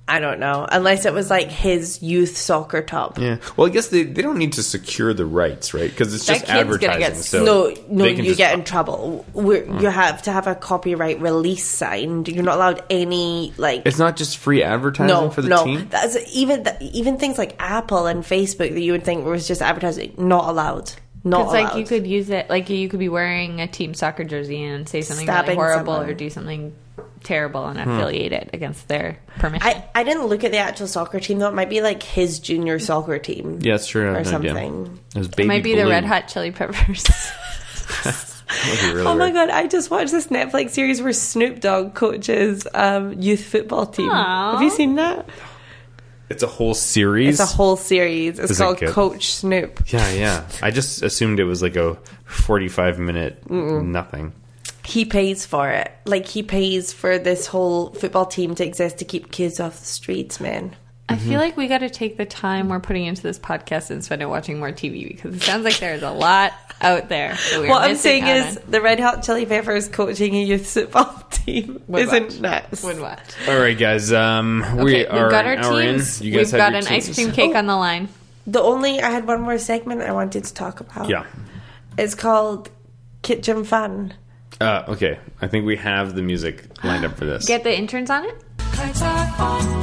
S3: I don't know. Unless it was like his youth soccer top.
S1: Yeah. Well, I guess they, they don't need to secure the rights, right? Because it's just
S2: kid's gonna get
S1: advertising. so
S3: no, no,
S1: they can
S3: you
S1: just- Hmm.
S3: get in trouble. We're, You have to have a copyright release signed. You're not allowed any like
S1: It's not just free advertising for the
S3: no.
S1: team.
S3: That's even th- even things like Apple and Facebook that you would think was just advertising, not allowed. Not
S2: It's
S3: allowed.
S2: like you could use it, like you could be wearing a team soccer jersey and say something
S3: Stabbing
S2: really horrible
S3: someone.
S2: or do something terrible and affiliate it against their permission.
S3: I, I didn't look at the actual soccer team though. It might be like his junior soccer team.
S1: yeah, it's true.
S3: Or something.
S1: It was baby
S2: Might be the
S1: Blue.
S2: Red Hot Chili Peppers.
S1: That'd be really
S3: Oh my
S1: weird.
S3: god! I just watched this Netflix series where Snoop Dogg coaches um, youth football team.
S2: Aw.
S3: Have you seen that?
S1: It's a whole series.
S3: It's a whole series. It's
S1: Is it
S3: called
S1: good?
S3: Coach Snoop.
S1: yeah, yeah. I just assumed it was like a forty-five minute nothing.
S3: He pays for it. Like he pays for this whole football team to exist to keep kids off the streets, man.
S2: I feel like we got to take the time we're putting into this podcast and spend it watching more TV because it sounds like there's a lot out there. that we are
S3: What I'm
S2: missing
S3: saying
S2: out
S3: is the Red Hot Chili Peppers coaching a youth football team isn't nuts.
S2: on. would watch.
S1: All right, guys. Um,
S2: Okay,
S1: we
S2: we've
S1: are
S2: got
S1: an
S2: our
S1: hour in.
S2: teams.
S1: You
S2: We've
S1: guys have
S2: got
S1: your
S2: an ice
S1: teams?
S2: cream cake on the line.
S3: The only I had one more segment I wanted to talk about.
S1: Yeah.
S3: It's called Kitchen Fun.
S1: Uh, okay. I think we have the music lined up for this.
S2: Get the interns on it.
S3: Kitchen Fun.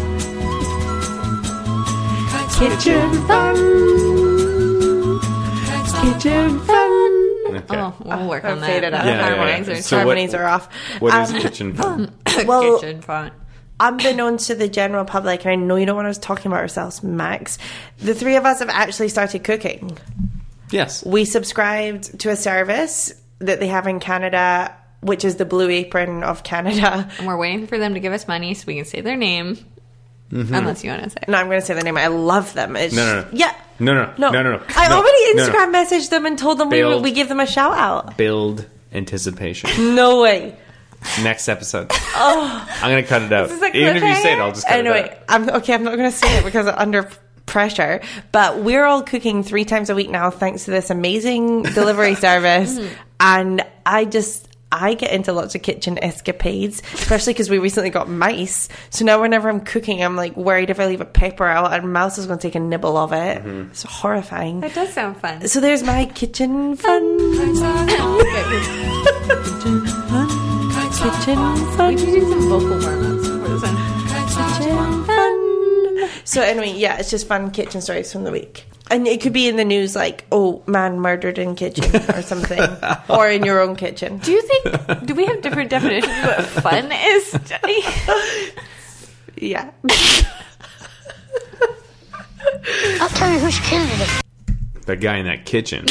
S3: Kitchen Fun.
S1: okay.
S2: Oh, we'll work on
S3: I'll
S2: that.
S3: fade it out.
S1: Yeah, yeah, yeah.
S3: harmonies are,
S1: So what-
S3: harmonies are off.
S1: What is
S3: Um,
S1: kitchen fun?
S3: well,
S2: Kitchen front.
S3: unbeknownst to the general public, and I know you don't want us talking about ourselves, Max, the three of us have actually started cooking.
S1: yes.
S3: We subscribed to a service that they have in Canada which is the Blue Apron of Canada.
S2: And we're waiting for them to give us money so we can say their name.
S1: Mm-hmm.
S2: Unless you want to say it.
S3: No, I'm going to say the name. I love them. It's
S1: No, no, no.
S3: Yeah.
S1: No, no, no, no, no, no.
S3: I
S1: No, no,
S3: already
S1: no.
S3: Instagram messaged them and told them we,
S1: Build.
S3: we give them a shout out.
S1: Build anticipation.
S3: No way.
S1: Next episode. Oh, I'm gonna cut it out.
S3: This is a
S1: Even if you say it,
S3: cliffhanger.
S1: I'll just cut it out.
S3: anyway. I'm okay. I'm not going to say it because I'm under pressure. But we're all cooking three times a week now, thanks to this amazing delivery service.
S1: Mm-hmm.
S3: And I just. I get into lots of kitchen escapades, especially because we recently got mice. So now, whenever I'm cooking, I'm like worried if I leave a pepper out, and mouse is going to take a nibble of it.
S1: Mm-hmm.
S3: It's horrifying.
S2: That does sound fun.
S3: So there's my kitchen fun. Kitchen
S2: We should do some vocal warm-ups for this one.
S3: fun. So anyway, yeah, it's just fun kitchen stories from the week. And it could be in the news like, oh, man murdered in kitchen or something. or in your own kitchen.
S2: Do you think, do we have different definitions of what fun is? Jenny?
S3: Yeah.
S4: I'll tell you who's killing it.
S1: That guy in that kitchen.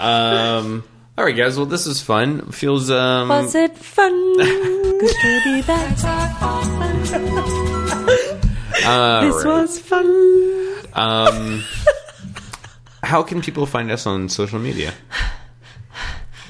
S1: um. All right, guys. Well, this is fun. Feels um.
S3: Was it fun? Good to be back.
S1: all
S3: This
S1: right.
S3: was fun.
S1: Um, how can people find us on social media?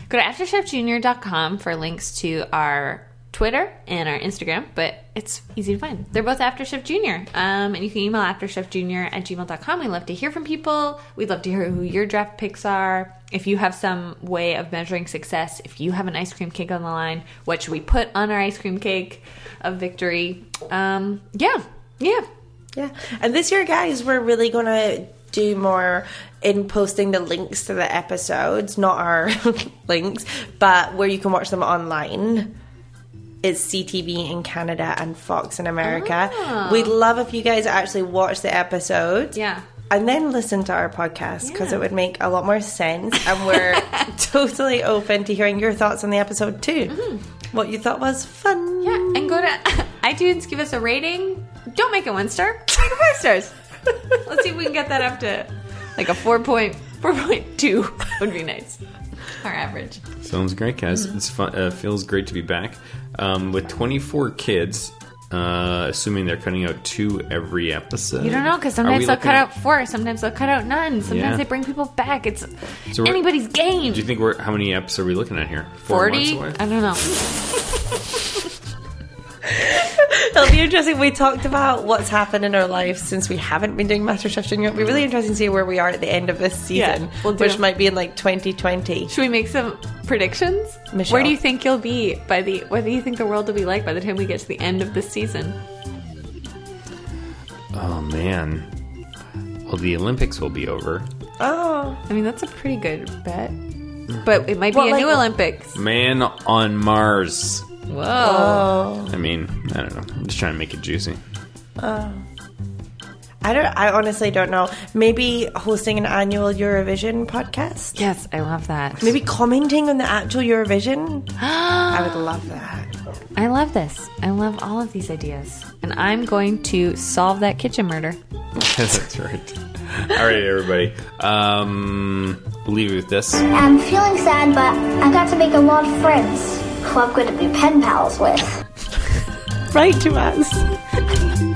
S2: Go to afterchefjunior.com for links to our Twitter and our Instagram, but it's easy to find. They're both AfterChef Junior. Um, and you can email afterchefjunior at gmail.com. We love to hear from people. We'd love to hear who your draft picks are. If you have some way of measuring success, if you have an ice cream cake on the line, what should we put on our ice cream cake of victory? Um, yeah, yeah.
S3: Yeah. And this year, guys, we're really going to do more in posting the links to the episodes, not our links, but where you can watch them online. It's CTV in Canada and Fox in America. We'd love if you guys actually watch the episodes.
S2: Yeah.
S3: And then listen to our podcast because
S2: Yeah.
S3: it would make a lot more sense. And we're totally open to hearing your thoughts on the episode too. What you thought was fun.
S2: Mm-hmm. Yeah, and go to iTunes, give us a rating. Don't make it one star, make it five stars. Let's see if we can get that up to like a 4.4.2 would be nice. Our average.
S1: Sounds great, guys.
S2: Mm-hmm.
S1: It's fun. Uh, feels great to be back um, with 24 kids. Uh, assuming they're cutting out two every episode.
S2: You don't know because
S1: Are we
S2: sometimes they'll
S1: looking
S2: cut
S1: at-
S2: out four, sometimes they'll cut out none, sometimes
S1: Yeah.
S2: they bring people back. It's
S1: So we're-
S2: anybody's game.
S1: Do you think we're how many eps are we looking at here? Four months
S2: 40?
S1: away?
S2: I don't know.
S3: It'll be interesting. We talked about what's happened in our lives since we haven't been doing MasterChef Junior. It'll be really interesting to see where we are at the end of this season,
S2: Mm-hmm. Yeah, we'll do
S3: which
S2: it.
S3: might be in like 2020.
S2: Should we make some predictions?
S3: Michelle.
S2: Where do you think you'll be by the what do you think the world will be like by the time we get to the end of this season?
S1: Oh man. Well, the Olympics will be over.
S3: Oh,
S2: I mean that's a pretty good bet.
S1: Mm.
S2: But it might be
S3: Well,
S2: a
S3: like-
S2: new Olympics.
S1: Man on Mars.
S2: Whoa.
S1: I mean, I don't know. I'm just trying to make it juicy.
S3: I don't. I honestly don't know. Maybe hosting an annual Eurovision podcast.
S2: Yes, I love that.
S3: Maybe commenting on the actual Eurovision. I would love that.
S2: I love this. I love all of these ideas. And I'm going to solve that kitchen murder.
S1: That's right. All right, everybody. Um, we'll leave you with this.
S4: I'm feeling sad, but I got to make a lot of friends who I'm going to be pen pals with.
S3: Right to us.